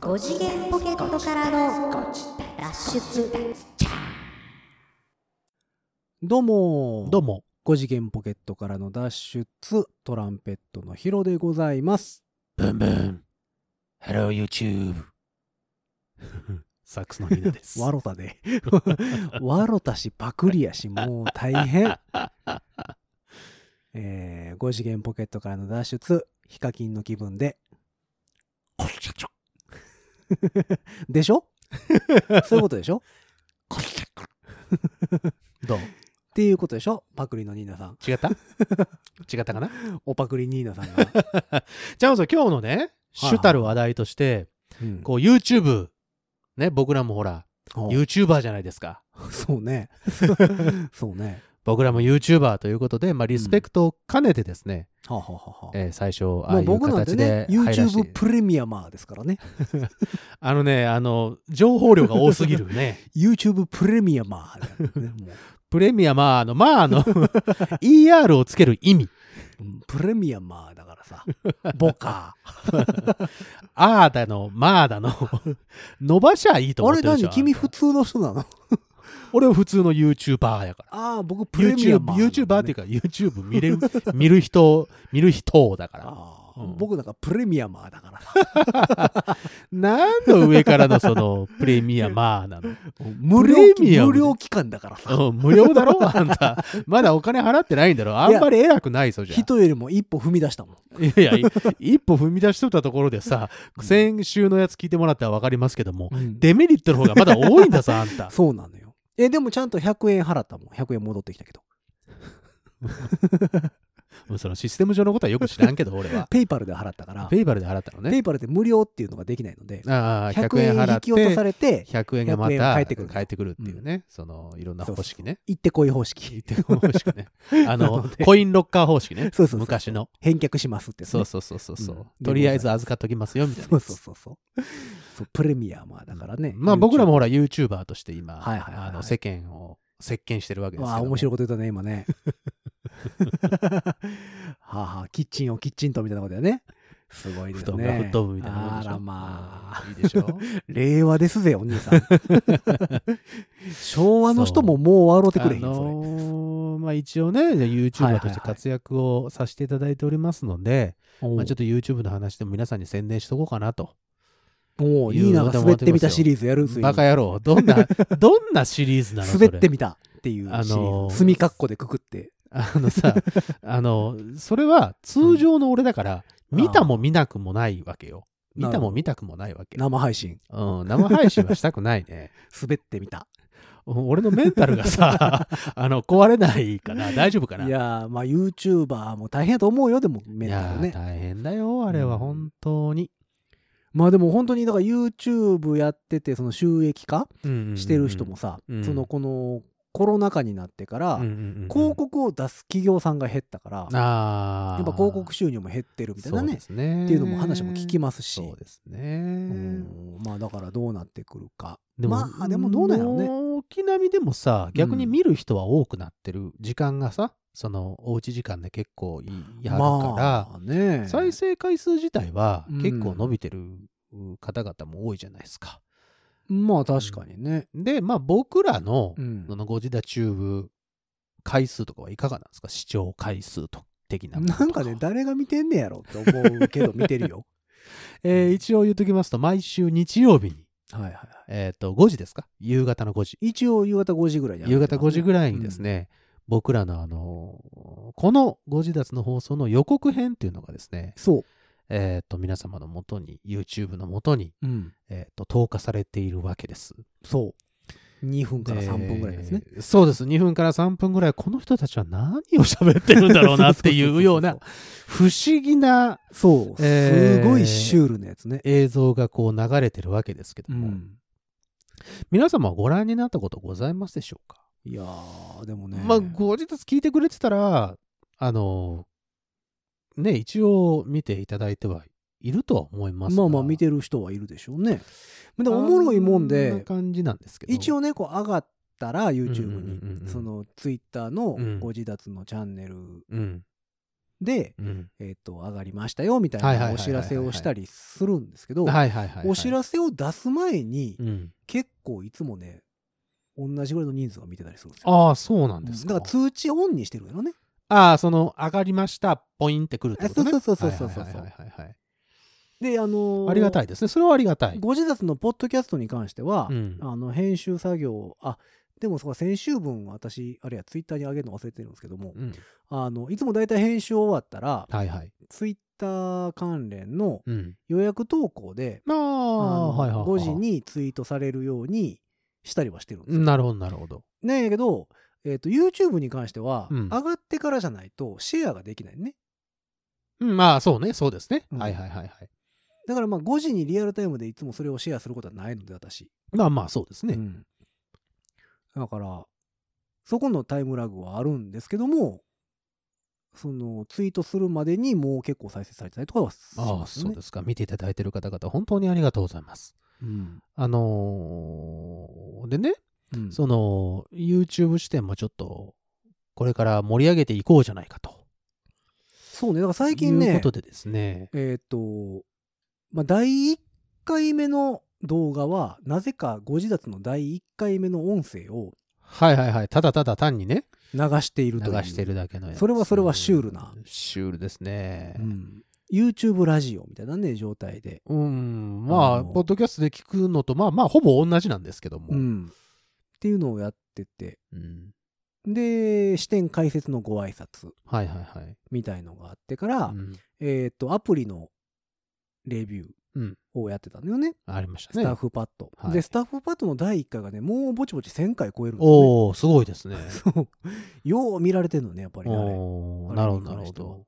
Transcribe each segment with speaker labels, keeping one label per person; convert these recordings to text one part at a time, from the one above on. Speaker 1: 5次元ポケットからの脱出
Speaker 2: どうも
Speaker 3: どうも。
Speaker 2: 5次元ポケットからの脱出トランペットのヒロでござい ます
Speaker 4: ブンブン。Hello, YouTube.
Speaker 3: サックスのみ なです。
Speaker 2: わろたでわろたしパクリやしもう大変 えー、5次元ポケットからの脱出ヒカキンの気分で
Speaker 4: こっちゃちょ、
Speaker 2: でしょ そういうことでしょ
Speaker 4: こっちゃこ
Speaker 3: どう
Speaker 2: っていうことでしょパクリのニーナさん
Speaker 3: 違った違ったかな
Speaker 2: おパクリニーナさんが、
Speaker 3: じゃあ、そう今日のね、
Speaker 2: はい
Speaker 3: 主たる話題として、
Speaker 2: うん
Speaker 3: こう YouTube、ね、僕らもほら、
Speaker 2: ほう
Speaker 3: YouTuber じゃないですか。
Speaker 2: そう ねそうね
Speaker 3: 僕らも YouTuber ということで、まあ、リスペクトを兼ねてですね、
Speaker 2: はあ、はあはあはあ
Speaker 3: えー最初、あ
Speaker 2: も
Speaker 3: あ
Speaker 2: う
Speaker 3: いう
Speaker 2: 僕なんて
Speaker 3: 形で
Speaker 2: ね
Speaker 3: 入らして、
Speaker 2: YouTube プレミアマーですからね
Speaker 3: あのね、あの、情報量が多すぎるね。
Speaker 2: YouTube プレミアマー、ね、もう
Speaker 3: プレミア、まあ、あの、まあ、あの、ER をつける意味、
Speaker 2: うんプレミアマーだから さボカ
Speaker 3: あーだの、まあだの、 伸ばしゃいいと
Speaker 2: あ
Speaker 3: 思っ
Speaker 2: れ
Speaker 3: てるじ
Speaker 2: 何
Speaker 3: ゃん。
Speaker 2: 君普通の人なの
Speaker 3: 俺は普通の YouTuber やから。
Speaker 2: ああ僕プレミア
Speaker 3: YouTube
Speaker 2: マー、
Speaker 3: YouTuber っていう
Speaker 2: か
Speaker 3: か YouTube 見れる 見る人見る人だから
Speaker 2: ああ、
Speaker 3: うん
Speaker 2: 僕なんかプレミアマーだから さ
Speaker 3: 何の上からのそのプレミアマー なの
Speaker 2: 無料
Speaker 3: プレミアム
Speaker 2: 無料期間だからさ
Speaker 3: うん無料だろあんたまだお金払ってないんだろあんまり偉くないぞじゃん
Speaker 2: 人よりも一歩踏み出したもん
Speaker 3: いやいやい一歩踏み出しとったところでさ先週のやつ聞いてもらったら分かりますけども
Speaker 2: うん
Speaker 3: デメリットの方がまだ多いんだぞあん た
Speaker 2: そうなのよえでもちゃんと100円払ったもん100円戻ってきたけど
Speaker 3: うんそのシステム上のことはよく知らんけど俺は
Speaker 2: ペイパルで払ったから
Speaker 3: ペイパルで払ったの
Speaker 2: ペ
Speaker 3: ね
Speaker 2: イパルって無料っていうのができないので
Speaker 3: ああ
Speaker 2: 100
Speaker 3: 100円
Speaker 2: 円
Speaker 3: 払
Speaker 2: 引
Speaker 3: っ
Speaker 2: き落とさ
Speaker 3: て
Speaker 2: れて
Speaker 3: 100円がま
Speaker 2: 100円が
Speaker 3: た
Speaker 2: 返ってくる
Speaker 3: 返ってくるっていうねそのいろんな方式ね
Speaker 2: 行ってこい方式
Speaker 3: 言ってる方式 ね。あ
Speaker 2: なの
Speaker 3: の
Speaker 2: で、
Speaker 3: コインロッカー方式 ね。
Speaker 2: そうそうそう
Speaker 3: 昔の。
Speaker 2: 返却しますってやつね
Speaker 3: そうそうそうそうそう、
Speaker 2: うん
Speaker 3: とりあえず預かっときますよ、みたいな。
Speaker 2: そうそうそうそうそうプレミアムだからね
Speaker 3: まあ僕らもほ
Speaker 2: ら
Speaker 3: ら YouTuber として今、
Speaker 2: はいはいはいはい
Speaker 3: あの世間を席巻してるわけですけ
Speaker 2: わあ
Speaker 3: ども。
Speaker 2: 面白いこと言ったね今 ねはあ、はあ、キッチンをキッチンとみたいなことだよねすごいです
Speaker 3: 布
Speaker 2: ね
Speaker 3: 団が吹っ飛ぶみたいなもん
Speaker 2: あ
Speaker 3: でしょ
Speaker 2: らまあ
Speaker 3: うん いいでしょ
Speaker 2: 令和ですぜお兄 さん昭和の人ももう笑うてくれへん
Speaker 3: あ
Speaker 2: よそれ、
Speaker 3: のーまあ一応ね、じゃあ
Speaker 2: はいはい
Speaker 3: YouTuber
Speaker 2: は
Speaker 3: と
Speaker 2: い
Speaker 3: して活躍をさせていただいておりますので、
Speaker 2: おう
Speaker 3: まあちょっと YouTube の話でも皆さんに宣伝しとこうかなと。
Speaker 2: もういいな滑ってみたシリーズやるついに
Speaker 3: バカ野郎、どん な、どんなシリーズなのそ
Speaker 2: 滑
Speaker 3: れ
Speaker 2: ってみたっていうシリーズ、
Speaker 3: あのー
Speaker 2: 墨かっこでくくって
Speaker 3: あのさ、あの、それは通常の俺だから、
Speaker 2: うん
Speaker 3: 見たも見なくもないわけよ。見
Speaker 2: なる
Speaker 3: た
Speaker 2: ほど
Speaker 3: も見たくもないわけ。
Speaker 2: 生配信
Speaker 3: うん、生配信はしたくないね。
Speaker 2: 滑ってみた
Speaker 3: うん俺のメンタル がさ、あの、壊れないかな、大丈夫かな。
Speaker 2: いやーまあ YouTuber も大変やと思うよでもメンタル
Speaker 3: い
Speaker 2: ね
Speaker 3: や大変だよ、あれ
Speaker 2: う
Speaker 3: は、
Speaker 2: ん
Speaker 3: 本当に。
Speaker 2: まあでも本当にだから YouTube やっててその収益化してる人もさ、
Speaker 3: うん
Speaker 2: そのこのコロナ禍になってから、
Speaker 3: うんうんうんうん、
Speaker 2: 広告を出す企業さんが減ったから、やっ
Speaker 3: ああ。
Speaker 2: ぱ広告収入も減ってるみたいな
Speaker 3: そう
Speaker 2: ね
Speaker 3: ですね。
Speaker 2: っていうのも話も聞きますし
Speaker 3: そうですね。
Speaker 2: うんまあだからどうなってくるか
Speaker 3: でも、
Speaker 2: まあでもどうなんやろね
Speaker 3: 軒並みでもさ、逆に見る人は多くなってる時間がさ、そのおうち時間で結構いやるから、
Speaker 2: まあね
Speaker 3: 再生回数自体は
Speaker 2: うん
Speaker 3: 結構伸びてるう方々も多いじゃないですか。
Speaker 2: まあ確かにね、
Speaker 3: で、まあ僕らの、
Speaker 2: うん
Speaker 3: そのゴジダチューブ回数とかはいかがなんですか視聴回数と的なものと
Speaker 2: なんかね誰が見てんねやろって思うけど見てる よ
Speaker 3: えー一応言っときますと、毎週日曜日に、
Speaker 2: はいはいは
Speaker 3: えっ、と、5時ですか夕方の5時。
Speaker 2: い一応夕方5時ぐらいに
Speaker 3: 夕方5時ぐらいにです
Speaker 2: ね、
Speaker 3: ね、僕らのあのこの「5時脱」の放送の予告編っていうのがですね
Speaker 2: うん、そ
Speaker 3: えっと皆様のもとに YouTube のもとに、
Speaker 2: ううん
Speaker 3: えー、と投下されているわけです
Speaker 2: そう2分から3分ぐらいですね、
Speaker 3: でそうです2分から3分ぐらいこの人たちは何を喋ってるんだろうなっていうよ うな
Speaker 2: そ
Speaker 3: 不思議な
Speaker 2: そう、
Speaker 3: えー
Speaker 2: すごいシュールなやつね。
Speaker 3: 映像がこう流れてるわけですけども、皆様はご覧になったことございますでしょうか
Speaker 2: いやー、でもね。
Speaker 3: まあ、後日聞いてくれてたら、あの、ね、一応見ていただいてはいるとは思いますが
Speaker 2: まあまあ見てる人はいるでしょうね。でもおもろいもん
Speaker 3: あな
Speaker 2: で、
Speaker 3: 感じなんですけど。
Speaker 2: 一応ね、こう上がったら YouTube に、
Speaker 3: うんうんうんうん
Speaker 2: その Twitter の
Speaker 3: うん
Speaker 2: ご自立のチャンネル
Speaker 3: うん。
Speaker 2: で、
Speaker 3: うん
Speaker 2: えっと上がりましたよみたい
Speaker 3: はいは
Speaker 2: な
Speaker 3: いはい
Speaker 2: お
Speaker 3: はい
Speaker 2: 知らせをしたりするんですけど、
Speaker 3: はいはいはい。
Speaker 2: お知らせを出す前に、
Speaker 3: うん。
Speaker 2: 結構いつもね同じぐらいの人数が見てたりするんですよ。
Speaker 3: ああ、そうなんです
Speaker 2: だ
Speaker 3: か。
Speaker 2: から通知オンにしてるのね。
Speaker 3: ああ、その、上がりました、ポインってくるってことね。
Speaker 2: あそうそうそうそうそう
Speaker 3: はいはいはいはいはい
Speaker 2: であのー
Speaker 3: ありがたいですね。それはありがたい。
Speaker 2: ご自殺のポッドキャストに関しては、
Speaker 3: うん
Speaker 2: あの編集作業あでもそうか先週分私あれやツイッターに上げるの忘れてるんですけども
Speaker 3: うん
Speaker 2: あのいつも大体編集終わったら
Speaker 3: はいはい。
Speaker 2: ツイッター関連の
Speaker 3: うん。
Speaker 2: 予約投稿で、
Speaker 3: あ
Speaker 2: あ
Speaker 3: あ、
Speaker 2: の
Speaker 3: はいはいはい。
Speaker 2: 5時にツイートされるようにしたりはしてるんですよ。
Speaker 3: なるほど、なるほど。
Speaker 2: ねえけど、えっと YouTube に関しては、
Speaker 3: うん
Speaker 2: 上がってからじゃないとシェアができないね。
Speaker 3: うん、まあ、そうね、そうですね。
Speaker 2: うん
Speaker 3: はいはいはいはい。
Speaker 2: だからまあ5時にリアルタイムでいつもそれをシェアすることはないので私。
Speaker 3: まあまあ、そうですね。
Speaker 2: うんだからそこのタイムラグはあるんですけどもそのツイートするまでにもう結構再生されてたりとかはし
Speaker 3: ああ、
Speaker 2: ますよ
Speaker 3: そう
Speaker 2: ね
Speaker 3: で。すか。見ていただいてる方々、本当にありがとうございます。
Speaker 2: うん
Speaker 3: あのーでね、
Speaker 2: うん
Speaker 3: その、YouTube 視点もちょっと、これから盛り上げていこうじゃないかと。
Speaker 2: そうねだから最近
Speaker 3: いう
Speaker 2: ね
Speaker 3: ことでですね。
Speaker 2: えーっ、と、まあ、第1回目の動画はなぜかご自立の第1回目の音声を
Speaker 3: はいはいはい。ただただ単にね、
Speaker 2: 流している
Speaker 3: 流
Speaker 2: という
Speaker 3: してるだけのやつ。
Speaker 2: それはそれはシュールな。
Speaker 3: シュールですね。
Speaker 2: うん YouTube ラジオみたいなね状態で、
Speaker 3: うん、ま
Speaker 2: あ
Speaker 3: あ、
Speaker 2: の
Speaker 3: ポッドキャストで聞くのと、まあまあ、ほぼ同じなんですけども。
Speaker 2: うんっていうのをやってて
Speaker 3: うん
Speaker 2: で視点解説のご挨拶
Speaker 3: はいはいはい。
Speaker 2: みたいのがあってから、
Speaker 3: うん
Speaker 2: えーっとアプリのレビュ
Speaker 3: うん
Speaker 2: ーをやってたんだよね、
Speaker 3: ありました
Speaker 2: ス
Speaker 3: ね
Speaker 2: タッ。フパッド、
Speaker 3: はい
Speaker 2: でスタッフパッドの第1回がねもうぼちぼち1000回超えるんですよね
Speaker 3: おおすご いですね。
Speaker 2: そうよう見られてるのねやっぱりねあれ
Speaker 3: お
Speaker 2: あ
Speaker 3: ー
Speaker 2: れ
Speaker 3: なるほ
Speaker 2: あ
Speaker 3: ど、
Speaker 2: れ
Speaker 3: なるほ
Speaker 2: に関しては
Speaker 3: ど。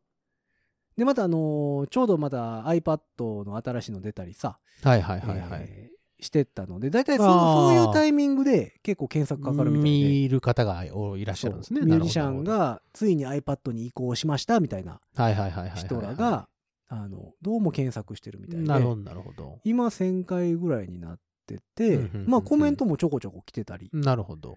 Speaker 2: でまたあのーちょうどまた iPad の新しいの出たりさ、
Speaker 3: はいはいはいはい。
Speaker 2: えーしてったので大体そ
Speaker 3: あ
Speaker 2: の
Speaker 3: ー
Speaker 2: そういうタイミングで結構検索かかるみたいで
Speaker 3: 見る方がおいらっしゃるんですね。
Speaker 2: そうミュージシャン
Speaker 3: なる
Speaker 2: がついに iPad に移行しましたみたいな
Speaker 3: ほど、はいはいはいはいはい。
Speaker 2: 人らがあのどうも検索してるみたいで
Speaker 3: なるほど、なるほど。
Speaker 2: 今1000回ぐらいになってて、
Speaker 3: うんうんうんうん
Speaker 2: まあコメントもちょこちょこ来てたり
Speaker 3: なるほど。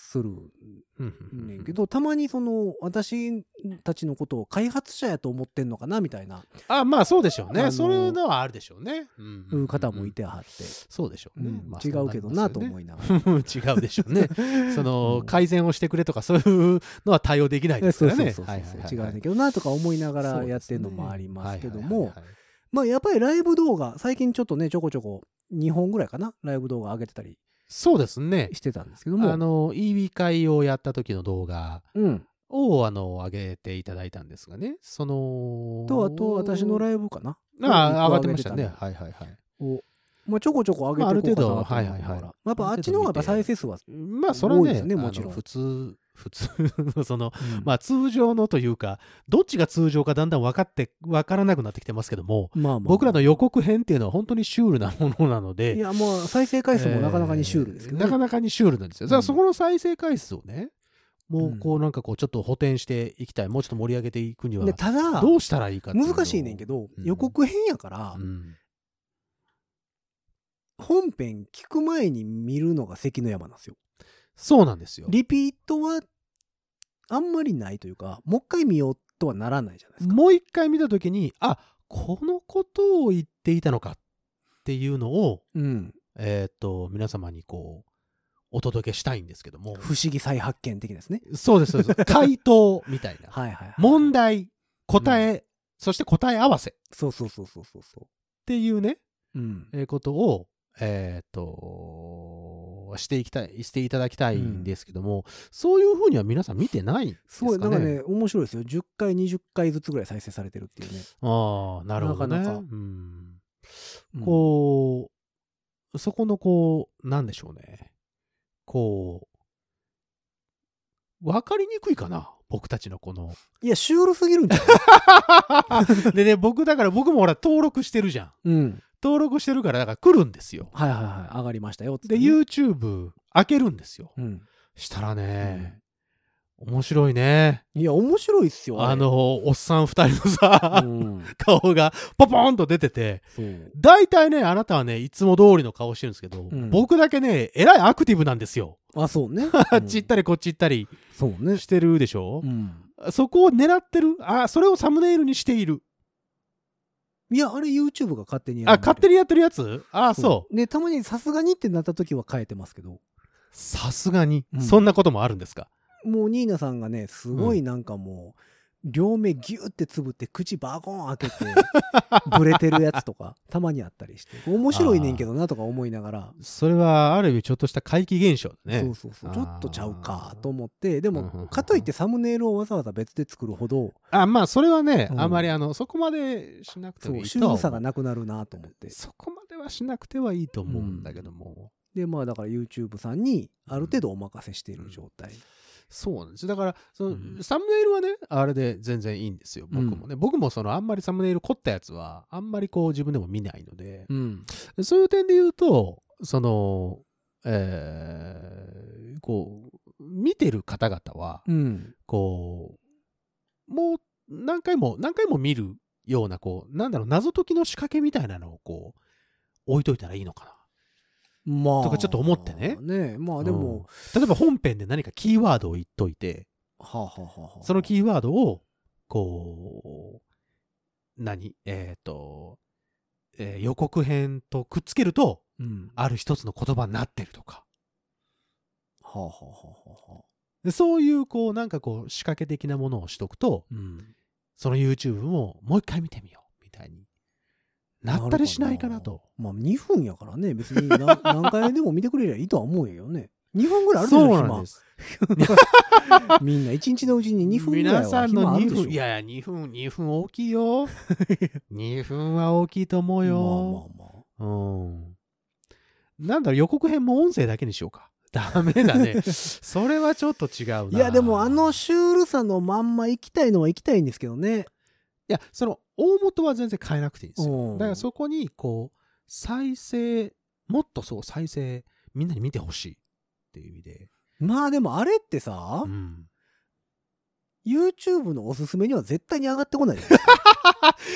Speaker 2: する
Speaker 3: うんうんうん
Speaker 2: ねんけど、たまにその私たちのことを開発者やと思ってんのかなみたいな
Speaker 3: あまあそうでしょう
Speaker 2: あ
Speaker 3: ね。
Speaker 2: の
Speaker 3: そういうのはあるでしょうね。うんうんうん
Speaker 2: 方もいてはって、
Speaker 3: そうでしょう
Speaker 2: う
Speaker 3: ね
Speaker 2: ん。
Speaker 3: まあ
Speaker 2: 違うけどなと
Speaker 3: そうり
Speaker 2: 思いながら。
Speaker 3: ますよね 違うでしょ うね。その
Speaker 2: うん
Speaker 3: 改善をしてくれとかそういうのは対応できないで す
Speaker 2: そ
Speaker 3: か
Speaker 2: う
Speaker 3: ら
Speaker 2: そうそ
Speaker 3: ね。
Speaker 2: うそう
Speaker 3: はいはいはいはい
Speaker 2: 違うんだけどなとか思いなが
Speaker 3: そう
Speaker 2: ら
Speaker 3: ですね
Speaker 2: やってるのもありますけど
Speaker 3: はいはい
Speaker 2: も
Speaker 3: はいはい
Speaker 2: まあやっぱりライブ動画最近ちょっとねちょこちょこ2本ぐらいかなライブ動画上げてたり
Speaker 3: そうですね。
Speaker 2: してたんですけども
Speaker 3: あの EB 会をやった時の動画
Speaker 2: うん、
Speaker 3: をあの上げていただいたんですがね。その
Speaker 2: とあと私の
Speaker 3: イ
Speaker 2: ライブかな
Speaker 3: あ
Speaker 2: 一
Speaker 3: あ上
Speaker 2: 個
Speaker 3: がってましたね。
Speaker 2: 上げて
Speaker 3: はいはいはい。
Speaker 2: たのをまあちょこちょこ上げていこうかなと思いながら、
Speaker 3: まあある程度はいはいはい
Speaker 2: やっぱあっちの方がやっぱ再生数は、
Speaker 3: まあそれは
Speaker 2: 多いで
Speaker 3: ね
Speaker 2: すね
Speaker 3: あの
Speaker 2: もちろん
Speaker 3: 普通普通の その
Speaker 2: うん
Speaker 3: まあ通常のというかどっちが通常かだんだん分かって分からなくなってきてますけども
Speaker 2: まあまあ
Speaker 3: 僕らの予告編っていうのは本当にシュールなものなの
Speaker 2: い
Speaker 3: で
Speaker 2: やもう再生回数もなかなかにシュールですけど、ね
Speaker 3: えーなかなかにシュールなんですよ、
Speaker 2: うん
Speaker 3: だからそこの再生回数をねもうこうなんかこうちょっと補填していきたいもうちょっと盛り上げていくには
Speaker 2: でただ
Speaker 3: どうしたらいいかってうのを
Speaker 2: 難しいねんけど、
Speaker 3: うん
Speaker 2: 予告編やから、
Speaker 3: うん
Speaker 2: 本編聞く前に見るのが関の山なんですよ
Speaker 3: そうなんですよ
Speaker 2: リピートはあんまりないというかもう一回見ようとはならないじゃないですか
Speaker 3: もう一回見た時にあこのことを言っていたのかっていうのを
Speaker 2: うん
Speaker 3: えっ、と皆様にこうお届けしたいんですけども
Speaker 2: 不思議再発見的ですね
Speaker 3: そうですそう です回答みたいな
Speaker 2: はいはい、はい、
Speaker 3: 問題答え、そして答え合わせっ
Speaker 2: そうそうそうそうそうそ
Speaker 3: ていうね、
Speaker 2: ううん
Speaker 3: えーことをえっ、としていきたいしていただきたいんですけども、そういうふうには皆さん見てないんで
Speaker 2: す
Speaker 3: すかね
Speaker 2: ごいなんかね面白いですよ10回20回ずつぐらい再生されてるっていうね、
Speaker 3: ああなるほどね
Speaker 2: なかなか
Speaker 3: うん
Speaker 2: うん
Speaker 3: こう、そこのこう、なんでしょうね。こう、わかりにくいかな。僕たちのこの。
Speaker 2: いやシュールすぎるんじゃない、
Speaker 3: でね、僕だから僕もほら登録してるじゃ ん。
Speaker 2: うん、
Speaker 3: 登録してるから、だから来るんですよ。
Speaker 2: はいはいはい上がりましたよっつって
Speaker 3: で、
Speaker 2: ね、
Speaker 3: YouTube 開けるんですよ。
Speaker 2: うん、
Speaker 3: したらね、面白いね。
Speaker 2: いや面白いっすよれ
Speaker 3: あの、おっさん二人のさ、
Speaker 2: うん、
Speaker 3: 顔がポポーンと出てて、
Speaker 2: そう
Speaker 3: 大体ね、あなたはね、いつも通りの顔してるんですけど、
Speaker 2: うん
Speaker 3: 僕だけね、えらいアクティブなんですよ。
Speaker 2: あ、そう ね。
Speaker 3: あ
Speaker 2: う
Speaker 3: っ
Speaker 2: ん
Speaker 3: ち行ったりこっち行ったり
Speaker 2: そうね。
Speaker 3: してるでしょ
Speaker 2: う、ん。
Speaker 3: そこを狙ってるあそれをサムネイルにしている
Speaker 2: いや、あれ YouTube が勝手にや
Speaker 3: あ勝手
Speaker 2: に
Speaker 3: にやってるやつあそう
Speaker 2: う。で、たまにさすがにってなった時は変えてますけど、
Speaker 3: さすがに、
Speaker 2: うん
Speaker 3: そんなこともあるんですか
Speaker 2: もうニーナさんがね、すごいなんかもう、両目ギューってつぶって口バコーン開けて、 ブレてるやつとか、たまにあったりして、面白いねんけどなとか思いながら、
Speaker 3: それはある意味ちょっとした怪奇現象だね
Speaker 2: そうそうそう、ちょっとちゃうかと思って、で
Speaker 3: うんうんうんう
Speaker 2: も
Speaker 3: ん、
Speaker 2: かといってサムネイルをわざわざ別で作るほど、
Speaker 3: あまあそれはね、
Speaker 2: うん
Speaker 3: あまりあのそこまでしなくて
Speaker 2: そ、
Speaker 3: もいうい
Speaker 2: 収
Speaker 3: とは
Speaker 2: 納
Speaker 3: 思
Speaker 2: 差が
Speaker 3: う
Speaker 2: なくなるなと思って。
Speaker 3: そこまではしなくてはいいと思うんだけども、
Speaker 2: で、まあだから YouTube さんに、ある程度お任せしている状態。
Speaker 3: そうなんですだからその、
Speaker 2: うん
Speaker 3: サムネイルはねあれで全然いいんですよ僕もね、僕もそのあんまりサムネイル凝ったやつはあんまりこう自分でも見ないので、
Speaker 2: うん。
Speaker 3: そういう点で言うとそのえーこう見てる方々は
Speaker 2: うん。
Speaker 3: こうもう何回も何回も見るようなこうなんだろう謎解きの仕掛けみたいなのをこう置いといたらいいのかな
Speaker 2: まあ。
Speaker 3: とかちょっと思ってね
Speaker 2: ねまあでも、
Speaker 3: うん例えば本編で何かキーワードを言っといて
Speaker 2: はあはあはあはあ
Speaker 3: そのキーワードをこう何えっ、と、えー予告編とくっつけると
Speaker 2: うん。
Speaker 3: ある一つの言葉になってるとか
Speaker 2: はあはあはあはあはあ。
Speaker 3: でそういうこうなんかこう仕掛け的なものをしとくと
Speaker 2: うん。
Speaker 3: その YouTube ももう一回見てみようみたいになったりしないかなと。
Speaker 2: まあ2分やからね、別に な何回でも見てくれりゃいいとは思うよね。2分ぐらいあるでし
Speaker 3: そ
Speaker 2: ょ、
Speaker 3: うなん
Speaker 2: 暇
Speaker 3: で。す。
Speaker 2: みんな1日のうちに2分ぐらいは
Speaker 3: 皆さん
Speaker 2: 暇
Speaker 3: の
Speaker 2: ある
Speaker 3: 2
Speaker 2: でしょ
Speaker 3: 分、いやいや、2分、2分大きいよ。2分は大きいと思うよ。
Speaker 2: まあまあまあ。
Speaker 3: うん。なんだろう、予告編も音声だけにしようか。ダメ だね。それはちょっと違うな。
Speaker 2: いやでもあの
Speaker 3: い
Speaker 2: シュールさのまんま行きたいのは行きたいんですけどね。
Speaker 3: や、その、大元は全然変えなくていいんですよ。
Speaker 2: うん
Speaker 3: だからそこに、こう、再生、もっとそう、再生、みんなに見てほしいっていう意味で。
Speaker 2: まあでもあれってさ、
Speaker 3: うん。
Speaker 2: YouTube のおすすめには絶対に上がってこないじゃないで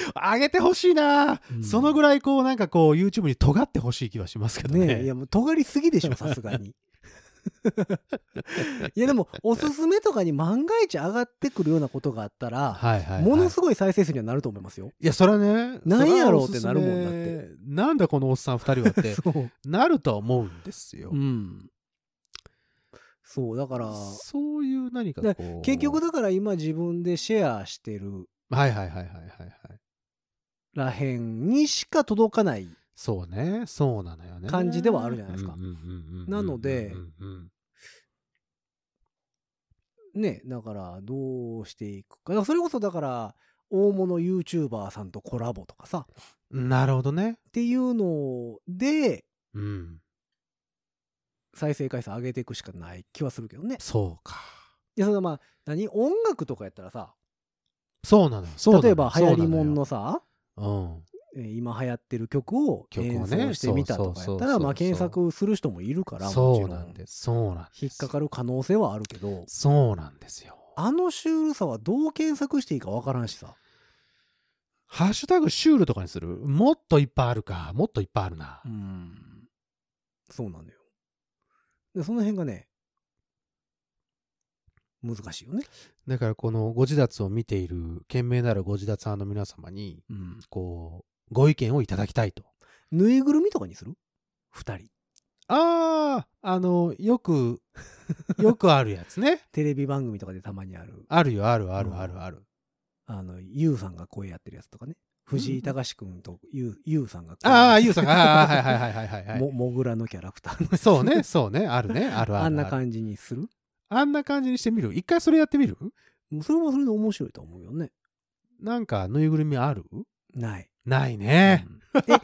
Speaker 2: すか
Speaker 3: 上げてほしいな、
Speaker 2: うん
Speaker 3: そのぐらいこうなんかこう YouTube に尖ってほしい気はしますけ どね
Speaker 2: ねえいやもう尖りすぎでしょさすが に。いやでもおすすめとかに万が一上がってくるようなことがあったら、
Speaker 3: はいはい、はい、
Speaker 2: ものすごい再生数にはなると思いますよ。
Speaker 3: いやそれはね
Speaker 2: なんやろう
Speaker 3: それはおすす
Speaker 2: ってなるもんだって
Speaker 3: めなんだこのおっさん2人は って
Speaker 2: そう。
Speaker 3: なるとは思うんですよ、
Speaker 2: うん。そうだから
Speaker 3: そういう何かこう
Speaker 2: 結局だから今自分でシェアしてる
Speaker 3: はいはいはいはいはいはい
Speaker 2: らへんにしか届かない
Speaker 3: そうねそうなのよね
Speaker 2: 感じではあるじゃないですか
Speaker 3: うんうんうんうん
Speaker 2: なので
Speaker 3: うんうん
Speaker 2: ねだからどうしていくかだからそれこそだから大物 YouTuber さんとコラボとかさっ
Speaker 3: うんなるほどね
Speaker 2: ていうので
Speaker 3: うん
Speaker 2: 再生回数上げていくしかない気はするけどね
Speaker 3: そうか
Speaker 2: いやそのまあ何音楽とかやったらさ
Speaker 3: そうなのよそうなの
Speaker 2: 例え
Speaker 3: よ
Speaker 2: ば流行りもんのさ
Speaker 3: そうなのよ
Speaker 2: えー今流行ってる曲を
Speaker 3: 曲を
Speaker 2: 演
Speaker 3: ね
Speaker 2: 奏してみたとかやったら
Speaker 3: そうそうそうそう
Speaker 2: まあ検索する人もいるか
Speaker 3: うん
Speaker 2: らもち
Speaker 3: そう
Speaker 2: ろ
Speaker 3: なん
Speaker 2: ん
Speaker 3: ですそうなんです
Speaker 2: 引っかかる可能性はあるけど
Speaker 3: そうなんですよ。
Speaker 2: あのシュールさはどう検索していいかわからんしさ
Speaker 3: ハッシュタグシュールとかにするもっといっぱいあるか。もっといっぱいあるな
Speaker 2: う。ん。そうなのよ。で、その辺がね、難しいよね。
Speaker 3: だからこのご自立を見ている、賢明なるご自立派の皆様に、
Speaker 2: うん。
Speaker 3: こう、ご意見をいただきたいと。
Speaker 2: ぬいぐるみとかにする二人。
Speaker 3: ああ、あの、よく、よくあるやつね。
Speaker 2: テレビ番組とかでたまにある、
Speaker 3: あるよ、あるあるあるある。
Speaker 2: あの、ゆうさんが声やってるやつとかね。藤井隆君とゆうゆうさんが声
Speaker 3: ああ、
Speaker 2: や
Speaker 3: ゆ うさんが、あーはいはいはいはいはい、は
Speaker 2: も、もぐらのキャラクターの。
Speaker 3: い。そうね、そうね、あるね、ある あるる。
Speaker 2: あんな感じにする
Speaker 3: あんな感じにしてみる一回それやってみる
Speaker 2: もうそれもそれで面白いと思うよね。
Speaker 3: なんか、ぬいぐるみある
Speaker 2: ない。
Speaker 3: ないね
Speaker 2: う。んえ、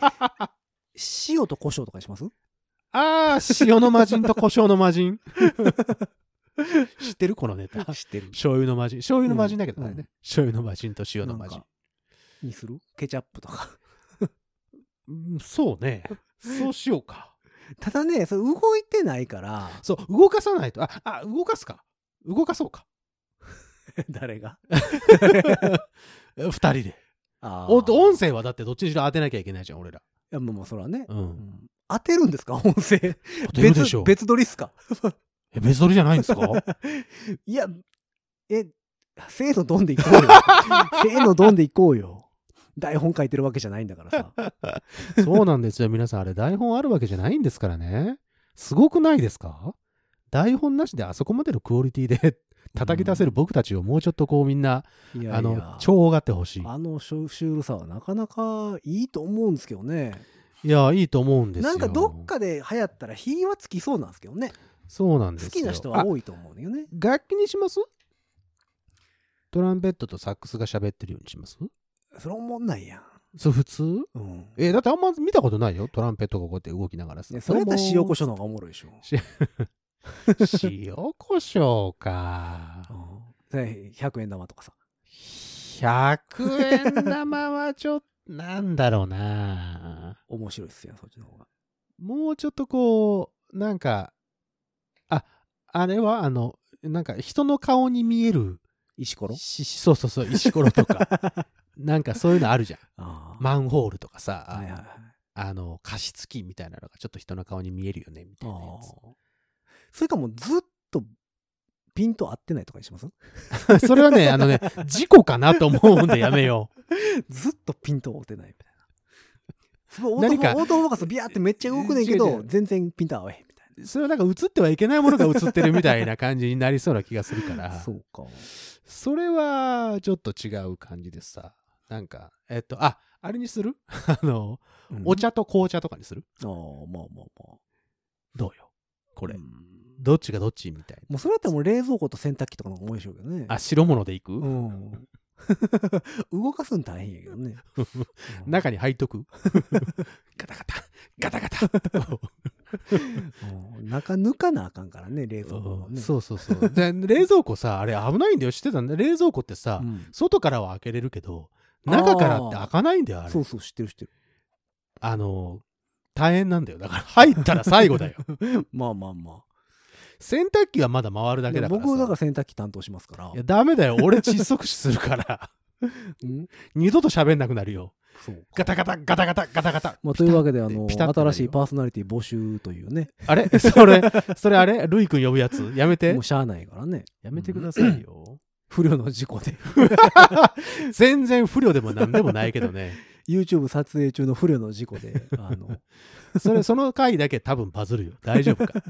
Speaker 2: 塩と胡椒とかにします
Speaker 3: ああ、塩の魔人と胡椒の魔 人。知ってるこのネタ。
Speaker 2: 知ってる。
Speaker 3: 醤油の魔人。醤油の魔人だけどね。
Speaker 2: うんうん
Speaker 3: 醤油の魔人と塩の魔
Speaker 2: な
Speaker 3: 人
Speaker 2: んか。にするケチャップとか。
Speaker 3: うんそうね。そうしようか。
Speaker 2: ただね、それ動いてないから、
Speaker 3: そう、動かさないと。あ、あ、動かすか。動 かそうか。
Speaker 2: 誰が
Speaker 3: 二人で。
Speaker 2: あ
Speaker 3: お音
Speaker 2: 声
Speaker 3: 声はだってどっちにしろ当てなきゃいけないじゃん、俺ら。
Speaker 2: いや、もうもうそらね、
Speaker 3: う。
Speaker 2: うん ん当てるんですか音声。
Speaker 3: 当てるでしょ
Speaker 2: 別、別撮りっすか
Speaker 3: え、別撮りじゃないんですか
Speaker 2: いや、え、せーのドンで行こう よ。せーのドンで行こうよ。台本書いてるわけじゃないんだからさ。
Speaker 3: そうなんですよ。皆さん、あれ台本あるわけじゃないんですからね。すごくないですか台本なしであそこまでのクオリティで叩き出せる僕たちをもうちょっとこうみんな、
Speaker 2: いやいや
Speaker 3: あの、超がってほしい。
Speaker 2: あのシュシュールさはなかなかいいと思うんですけどね。
Speaker 3: いや、いいと思うんですよ。
Speaker 2: なんかどっかで流行ったら火はつきそうなんですけどね。
Speaker 3: そうなんです
Speaker 2: 好
Speaker 3: よ。
Speaker 2: きな人は
Speaker 3: あ
Speaker 2: 多いと思うんだよね。
Speaker 3: 楽器にしますトランペットとサックスが喋ってるようにします
Speaker 2: それおもんないやん。
Speaker 3: そう、普通
Speaker 2: うん。
Speaker 3: え、だってあんま見たことないよ。トランペットがこうやって動きながらさ。
Speaker 2: ねそれやったら塩コショウの方がおもろいでしょ。
Speaker 3: 塩コショウか。
Speaker 2: うん、ね100円玉とかさ。
Speaker 3: 100円玉はちょっと、なんだろうな。
Speaker 2: 面白いっすよ、そっちの方が。
Speaker 3: もうちょっとこう、なんか、あ、あれはあの、なんか人の顔に見える
Speaker 2: 石ころ
Speaker 3: し、そうそうそう、石ころとか、 なんかそういうのあるじゃん。
Speaker 2: ああ。
Speaker 3: マンホールとかさ、
Speaker 2: はいはいはい。
Speaker 3: あの、加湿器みたいなのがちょっと人の顔に見えるよね、みたいなやつ。
Speaker 2: それかもうずっとピンと合ってないとかに します
Speaker 3: それはね、あのね、事故かなと思うんでやめよう。
Speaker 2: ずっとピンと合ってないみたい な。すごいオート
Speaker 3: 何
Speaker 2: フォ
Speaker 3: か
Speaker 2: ーオートフォーカスビャーってめっちゃ動くねんけ
Speaker 3: 違う違
Speaker 2: ど
Speaker 3: う、
Speaker 2: 全然ピンと合わへんみたい
Speaker 3: それはなんか映ってはいけないものが映ってるみたいな感じになりそうな気がするか
Speaker 2: な。
Speaker 3: ら、
Speaker 2: そうか。
Speaker 3: それはちょっと違う感じでさ、なんか、えっと、あ、あれにする あの、お
Speaker 2: あ
Speaker 3: 茶と紅茶とかにする
Speaker 2: あ、まあまあまあ。
Speaker 3: どうよ、これ
Speaker 2: うん。
Speaker 3: どっちがどっちみたいな。
Speaker 2: もうそれやったらもう冷蔵庫と洗濯機とかの方が多いでしょうけどね。
Speaker 3: あ、白物でいく、
Speaker 2: うん 動かすん大変やけど ね。うん
Speaker 3: 中に入っと くガタガタ、ガタガタ。
Speaker 2: うん中抜かなあかんからね、冷蔵庫はね。
Speaker 3: そうそうそう。で、冷蔵庫さ、あれ危ないんだよ。知ってたんだ。冷蔵庫ってさ、
Speaker 2: うん
Speaker 3: 外からは開けれるけど、
Speaker 2: あー
Speaker 3: 中からって開かないんだよ、あれ。
Speaker 2: そうそう、知ってる知ってる。
Speaker 3: あの、大変なんだよ。だから入ったら最 後だよ。
Speaker 2: まあまあま
Speaker 3: 洗濯機はまだ回る
Speaker 2: あ。
Speaker 3: だけだからさ。
Speaker 2: 僕だから洗濯機担当しますから。
Speaker 3: いや、ダメだよ。俺窒息死するから。
Speaker 2: うん
Speaker 3: 二度と喋んなくなるよ。
Speaker 2: そう
Speaker 3: ガタガタ、ガタガタ、ガタガタ。
Speaker 2: まあ、というわけで、あの、
Speaker 3: ピタッとなるよ
Speaker 2: 新しいパーソナリティ募集というね、
Speaker 3: あれ それ、それあれルイ君呼ぶやつやめて
Speaker 2: もう。しゃあないからね、
Speaker 3: やめてくださいよ。
Speaker 2: 不慮の事故で、
Speaker 3: 全然不良でも何でもないけどね。
Speaker 2: YouTube 撮影中の不慮の事故で、あ の、
Speaker 3: それ、その回だけ多分バズるよ。大丈 夫か。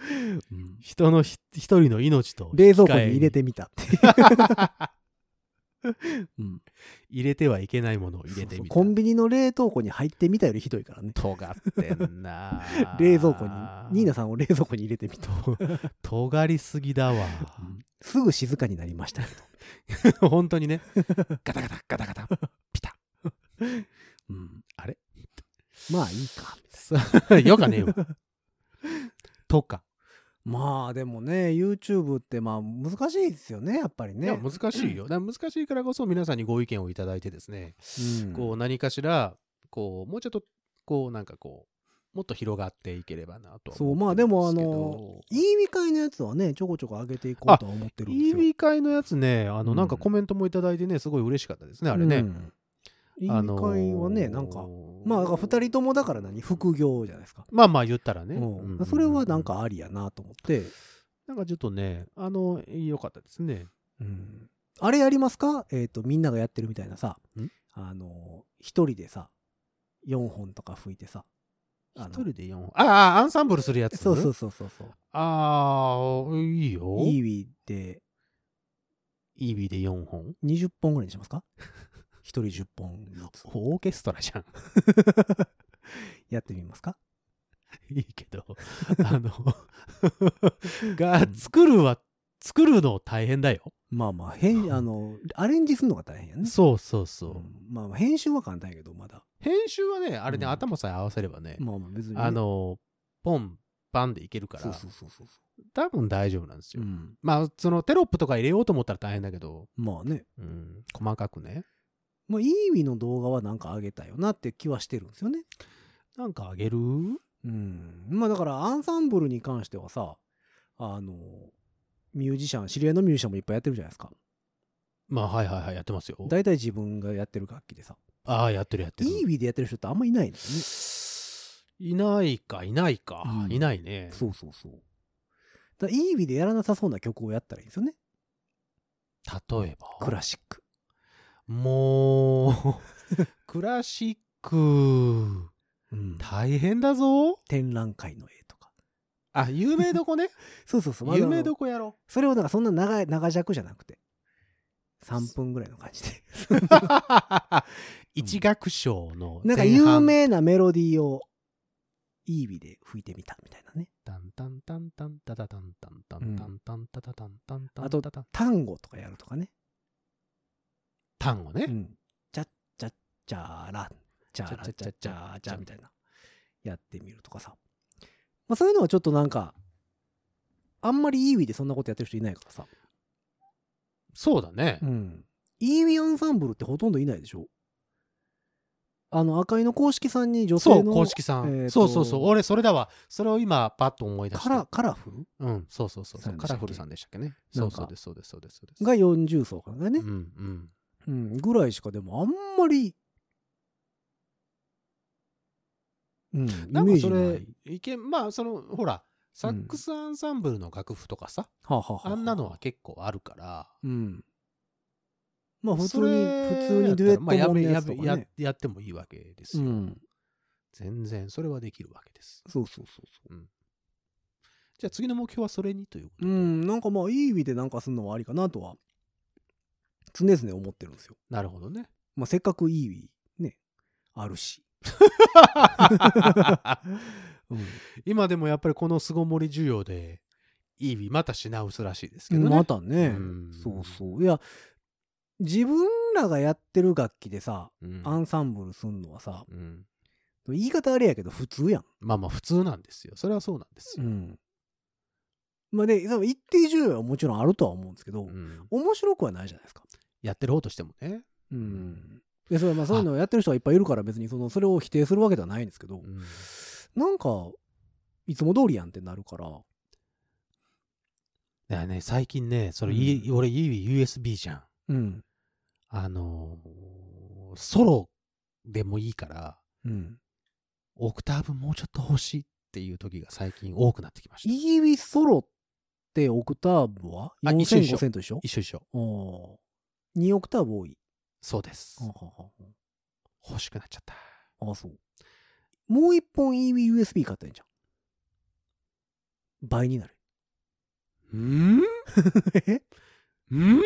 Speaker 2: うん
Speaker 3: 人のひ一人の命と
Speaker 2: 冷蔵庫に入れてみたって いう。うん
Speaker 3: 入れてはいけないものを入れて
Speaker 2: そうそ
Speaker 3: み
Speaker 2: う
Speaker 3: た
Speaker 2: コンビニの冷凍庫に入ってみたよりひどいからね。
Speaker 3: 尖ってんな
Speaker 2: 冷蔵庫に、ニーナさんを冷蔵庫に入れてみた。
Speaker 3: 尖りすぎだわ
Speaker 2: うんすぐ静かになりましたけど。
Speaker 3: 本当にねガタガタガタガタピ タ
Speaker 2: うん
Speaker 3: あれ
Speaker 2: まあいいか。
Speaker 3: ッ よかねえ わとか、
Speaker 2: まあでもね、YouTube ってまあ難しいですよね、やっぱり
Speaker 3: い
Speaker 2: ね。
Speaker 3: や難しいよだから難しいからこそ皆さんにご意見をいただいてですね、
Speaker 2: うん
Speaker 3: こう何かしらこうもうちょっとこうなんかこうもっと広がっていければなと
Speaker 2: そうまあでもあのいい意味会のやつはねちょこちょこ上げていこうとは思ってるんですよ。
Speaker 3: EB 会のやつねあ
Speaker 2: う
Speaker 3: の
Speaker 2: ん
Speaker 3: なんかコメントもいただいてねすごい嬉しかったですねあれね、
Speaker 2: うんいい意
Speaker 3: あ
Speaker 2: 味
Speaker 3: の
Speaker 2: 会はねなんかまあだから2人ともだから何副業じゃないですか。
Speaker 3: まあまあ言ったらね、
Speaker 2: うん
Speaker 3: うん
Speaker 2: それはなんかありやなと思って、
Speaker 3: なんかちょっとねあの良かったですね
Speaker 2: うんあれやりますかえっ、とみんながやってるみたいなさ
Speaker 3: ん
Speaker 2: あの一人でさ4本とか吹いてさあ
Speaker 3: 一
Speaker 2: の
Speaker 3: 人で4ああアンサンブルするやつ
Speaker 2: そうそうそうそうそう
Speaker 3: ああいいよ
Speaker 2: イーウィで
Speaker 3: EB で4本
Speaker 2: 20本ぐらいにします か一人10本ずつ
Speaker 3: オーケストラじゃん
Speaker 2: やってみますか
Speaker 3: いいけ どあのが作るは作るの大変だよ
Speaker 2: まあまあ変あのアレンジするのが大変やね。
Speaker 3: そうそうそう、
Speaker 2: うんまあまあ編集は簡単やけどまだ
Speaker 3: 編集はねあれね、
Speaker 2: うん
Speaker 3: 頭さえ合わせればね、
Speaker 2: まあまあ別にね、
Speaker 3: あのポンパンでいけるから
Speaker 2: そうそうそうそうそ
Speaker 3: 多分大丈夫なんです
Speaker 2: う、
Speaker 3: よ、
Speaker 2: うん
Speaker 3: まあそのテロップとか入れようと思ったら大変だけど、
Speaker 2: まあね
Speaker 3: うん、細かくね
Speaker 2: まあいい意味の動画はなんか上げたいよなって気はしてるんですよね
Speaker 3: なんかあげる
Speaker 2: うんまあだからアンサンブルに関してはさあのミュージシャン知り合いのミュージシャンもいっぱいやってるじゃないですか
Speaker 3: まあはいはいはいやってますよ
Speaker 2: 大体自分がやってる楽器でさ
Speaker 3: ああやってるやってる
Speaker 2: いい意味でやってる人ってあんまいないのね
Speaker 3: いないかいないか、
Speaker 2: うん
Speaker 3: いないね
Speaker 2: そうそうそうだからいい意味でやらなさそうな曲をやったらいいんですよね。
Speaker 3: 例えば
Speaker 2: クラシック。
Speaker 3: もうクラシック
Speaker 2: うん
Speaker 3: 大変だぞ
Speaker 2: 展覧会の絵とか。
Speaker 3: あ有名どこね
Speaker 2: そうそうそう。まだ
Speaker 3: 有名どこやろ
Speaker 2: それをなんかそんな長い、長尺じゃなくて。3分ぐらいの感じで。
Speaker 3: 一楽章の
Speaker 2: なんか有名なメロディーをいい意味で吹いてみたみたいなね。
Speaker 3: タンタンタンタンタタタンタンタンタンタンタタタンタンタン
Speaker 2: あと
Speaker 3: タタン
Speaker 2: 単語とかやるとかね。
Speaker 3: 単語
Speaker 2: う
Speaker 3: ね
Speaker 2: ん。ちゃっちゃっちゃら、ちゃらちゃちゃちゃちゃみたいな。やってみるとかさ。まあそういうのはちょっとなんか、あんまりいい意味でそんなことやってる人いないからさ。
Speaker 3: そうだね
Speaker 2: うん。いい意味アンサンブルってほとんどいないでしょあの、赤いの公式さんに女
Speaker 3: そ
Speaker 2: 性
Speaker 3: う
Speaker 2: の
Speaker 3: 公式さ
Speaker 2: えー
Speaker 3: ん
Speaker 2: と
Speaker 3: そうそうそう俺それだわそれを今パッと思い出し
Speaker 2: カ
Speaker 3: て
Speaker 2: ラカラフル
Speaker 3: うんそうそうそう
Speaker 2: さ
Speaker 3: そ
Speaker 2: ん
Speaker 3: う
Speaker 2: でした
Speaker 3: カ
Speaker 2: っけ
Speaker 3: ラフルさんでしたっけね
Speaker 2: な
Speaker 3: そ
Speaker 2: ん
Speaker 3: う
Speaker 2: か
Speaker 3: そうですそうですそうですそうです
Speaker 2: が40層かなね
Speaker 3: う、んうん
Speaker 2: うん、ぐらいしかでもあんまり、うん、
Speaker 3: な
Speaker 2: イ
Speaker 3: ん
Speaker 2: メー
Speaker 3: か
Speaker 2: ジ
Speaker 3: そ
Speaker 2: ない
Speaker 3: れいけまあそのほらサックスアンサンブルの楽譜とかさ
Speaker 2: はあはあはあ
Speaker 3: あんなのは結構あるから
Speaker 2: うんまあ普通
Speaker 3: そ
Speaker 2: に
Speaker 3: れ
Speaker 2: 普通にデュエット
Speaker 3: まあや
Speaker 2: も
Speaker 3: め
Speaker 2: のや
Speaker 3: や
Speaker 2: つと
Speaker 3: め
Speaker 2: か
Speaker 3: や
Speaker 2: ね
Speaker 3: やってもいいわけです
Speaker 2: う
Speaker 3: よ
Speaker 2: ん
Speaker 3: 全然それはできるわけです
Speaker 2: そうそうそうそ
Speaker 3: じゃあ次の目標はそれにということ
Speaker 2: うう
Speaker 3: で
Speaker 2: んなんかまあいい意味でなんかするのはありかなとは常々思ってるんですよ
Speaker 3: なるほどね
Speaker 2: まあせっかくいいねあるし、うん
Speaker 3: 今でもやっぱりこの巣ごもり需要でイービーまた品薄らしいですけどね、
Speaker 2: またね
Speaker 3: うん
Speaker 2: そうそういや自分らがやってる楽器でさ
Speaker 3: うん
Speaker 2: アンサンブルすんのはさ
Speaker 3: うん
Speaker 2: 言い方あれやけど普通やん、
Speaker 3: まあまあ普通なんですよそれはそうなんですよ、
Speaker 2: まあで多分一定重要はもちろんあるとは思うんですけど、
Speaker 3: うん
Speaker 2: 面白くはないじゃないですか
Speaker 3: やってる方としてもね、
Speaker 2: うんでそれはまあそういうのをやってる人がいっぱいいるから別にそのそれを否定するわけではないんですけど、
Speaker 3: うん
Speaker 2: なんかいつも通りやんってなるから
Speaker 3: だからね最近ねそれ、いい俺イービー USB じゃん
Speaker 2: うん
Speaker 3: あのーソロでもいいから
Speaker 2: うん
Speaker 3: オクターブもうちょっと欲しいっていう時が最近多くなってきました
Speaker 2: EV ソロってオクターブは
Speaker 3: あ一緒一緒
Speaker 2: 40005000と一緒
Speaker 3: 一緒一緒
Speaker 2: おー2オクターブ多い
Speaker 3: そうです
Speaker 2: ははは
Speaker 3: 欲しくなっちゃった
Speaker 2: あ、そう。もう一本 EVUSB 買ったらいいんじゃん。倍になる。
Speaker 3: うん
Speaker 2: え
Speaker 3: うん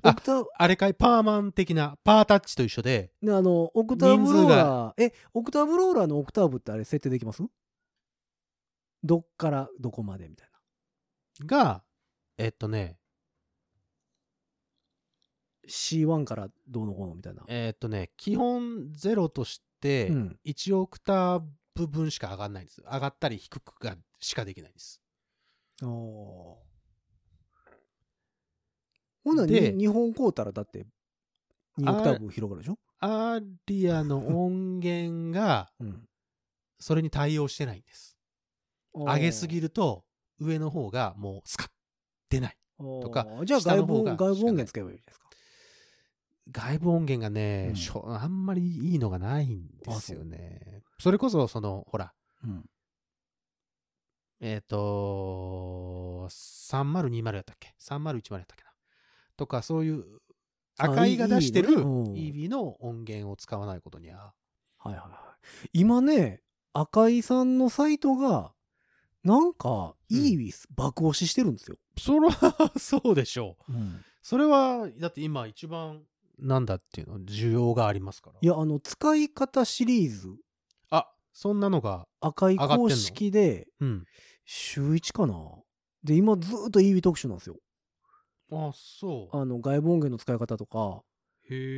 Speaker 3: あ
Speaker 2: オクター
Speaker 3: あれかいパーマン的なパータッチと一緒で
Speaker 2: ブ、あの、オクターブロ
Speaker 3: 人
Speaker 2: ー
Speaker 3: 数
Speaker 2: ラ
Speaker 3: が
Speaker 2: ー、え、オクターブローラーのオクターブってあれ設定できますどっからどこまでみたい
Speaker 3: がえっとね
Speaker 2: な。C1 からどうのこうのみたいな。
Speaker 3: えっとね基本ゼロとして
Speaker 2: うん
Speaker 3: 1オクターブ分しか上がらないんです上がったり低くがしかできないんです
Speaker 2: おーほんなら
Speaker 3: で
Speaker 2: 2本買うたらだって2オクターブ広がるでしょ
Speaker 3: アリアの音源が
Speaker 2: うん。
Speaker 3: それに対応してないんです上げすぎ
Speaker 2: る
Speaker 3: ると上の方がもうスカッ出ない
Speaker 2: と
Speaker 3: か
Speaker 2: じゃあ
Speaker 3: 下
Speaker 2: 外
Speaker 3: の
Speaker 2: 部
Speaker 3: 方
Speaker 2: 音
Speaker 3: が
Speaker 2: 外部音源使えばいいじゃないですか。
Speaker 3: 外部音源がね、
Speaker 2: うん
Speaker 3: しょあんまりいいのがないんですよねそれこそそのほら
Speaker 2: うん。
Speaker 3: えっ、と、3020やったっけ ?3010 やったっけなとか、そういう赤いが出してる
Speaker 2: いいいいねうん
Speaker 3: EV の音源を使わないことには。
Speaker 2: はいはいはい。今ね、赤井さんのサイトが、なんか、
Speaker 3: うん
Speaker 2: いいウィス、爆押ししてるんですよ。
Speaker 3: それは そうでしょう。
Speaker 2: うん
Speaker 3: それは、だって今一番、なんだっていうの、需要がありますから。
Speaker 2: いや、あの、使い方シリーズ、
Speaker 3: あ、そんなのが、
Speaker 2: 赤井
Speaker 3: 上がってんの
Speaker 2: 公式で、
Speaker 3: うん。
Speaker 2: 週1かな。で、今ずーっと EV 特集なんですよ。
Speaker 3: あ、そう。
Speaker 2: あの、外部音源の使い方とか、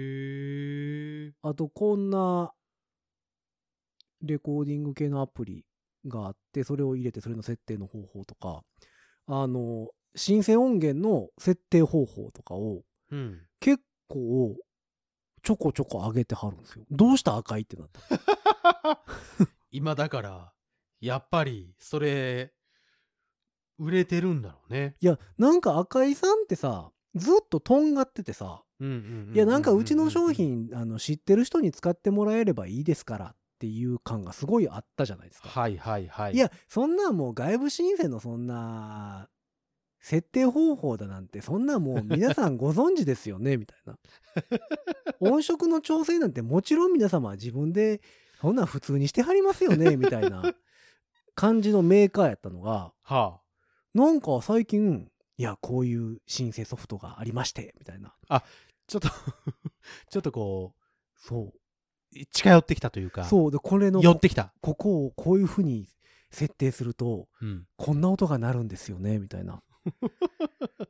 Speaker 3: へえ。
Speaker 2: あと、こんな、レコーディング系のアプリがあって、それを入れて、それの設定の方法とか、あの、申請音源の設定方法とかを、
Speaker 3: うん。
Speaker 2: 結構ちょこちょこ上げてはるんですよどうした赤いってなった
Speaker 3: 今だから、やっぱり、それ、売れてるんだろうね。
Speaker 2: いやなんか赤いさんってさずっととんがっててさ
Speaker 3: い
Speaker 2: いやなんかうちの商品あの知ってる人に使ってもらえればいいですからっていう感がすごいあったじゃないですか、
Speaker 3: はいはいはい
Speaker 2: い、やそんなんもう外部申請のそんな設定方法だなんてそんなもう皆さんご存知ですよねみたいな音色の調整なんてもちろん皆様は自分でそんなん普通にしてはりますよねみたいな感じのメーカーやったのが
Speaker 3: は
Speaker 2: なんか最近いやこういうシンセソフトがありましてみたいな
Speaker 3: あ。ちょっと、 ちょっとこ、
Speaker 2: そう
Speaker 3: 近寄ってきたというか、
Speaker 2: そうでこれの
Speaker 3: 寄ってきた。
Speaker 2: ここをこういうふうに設定すると
Speaker 3: うん。
Speaker 2: こんな音が鳴るんですよねみたい な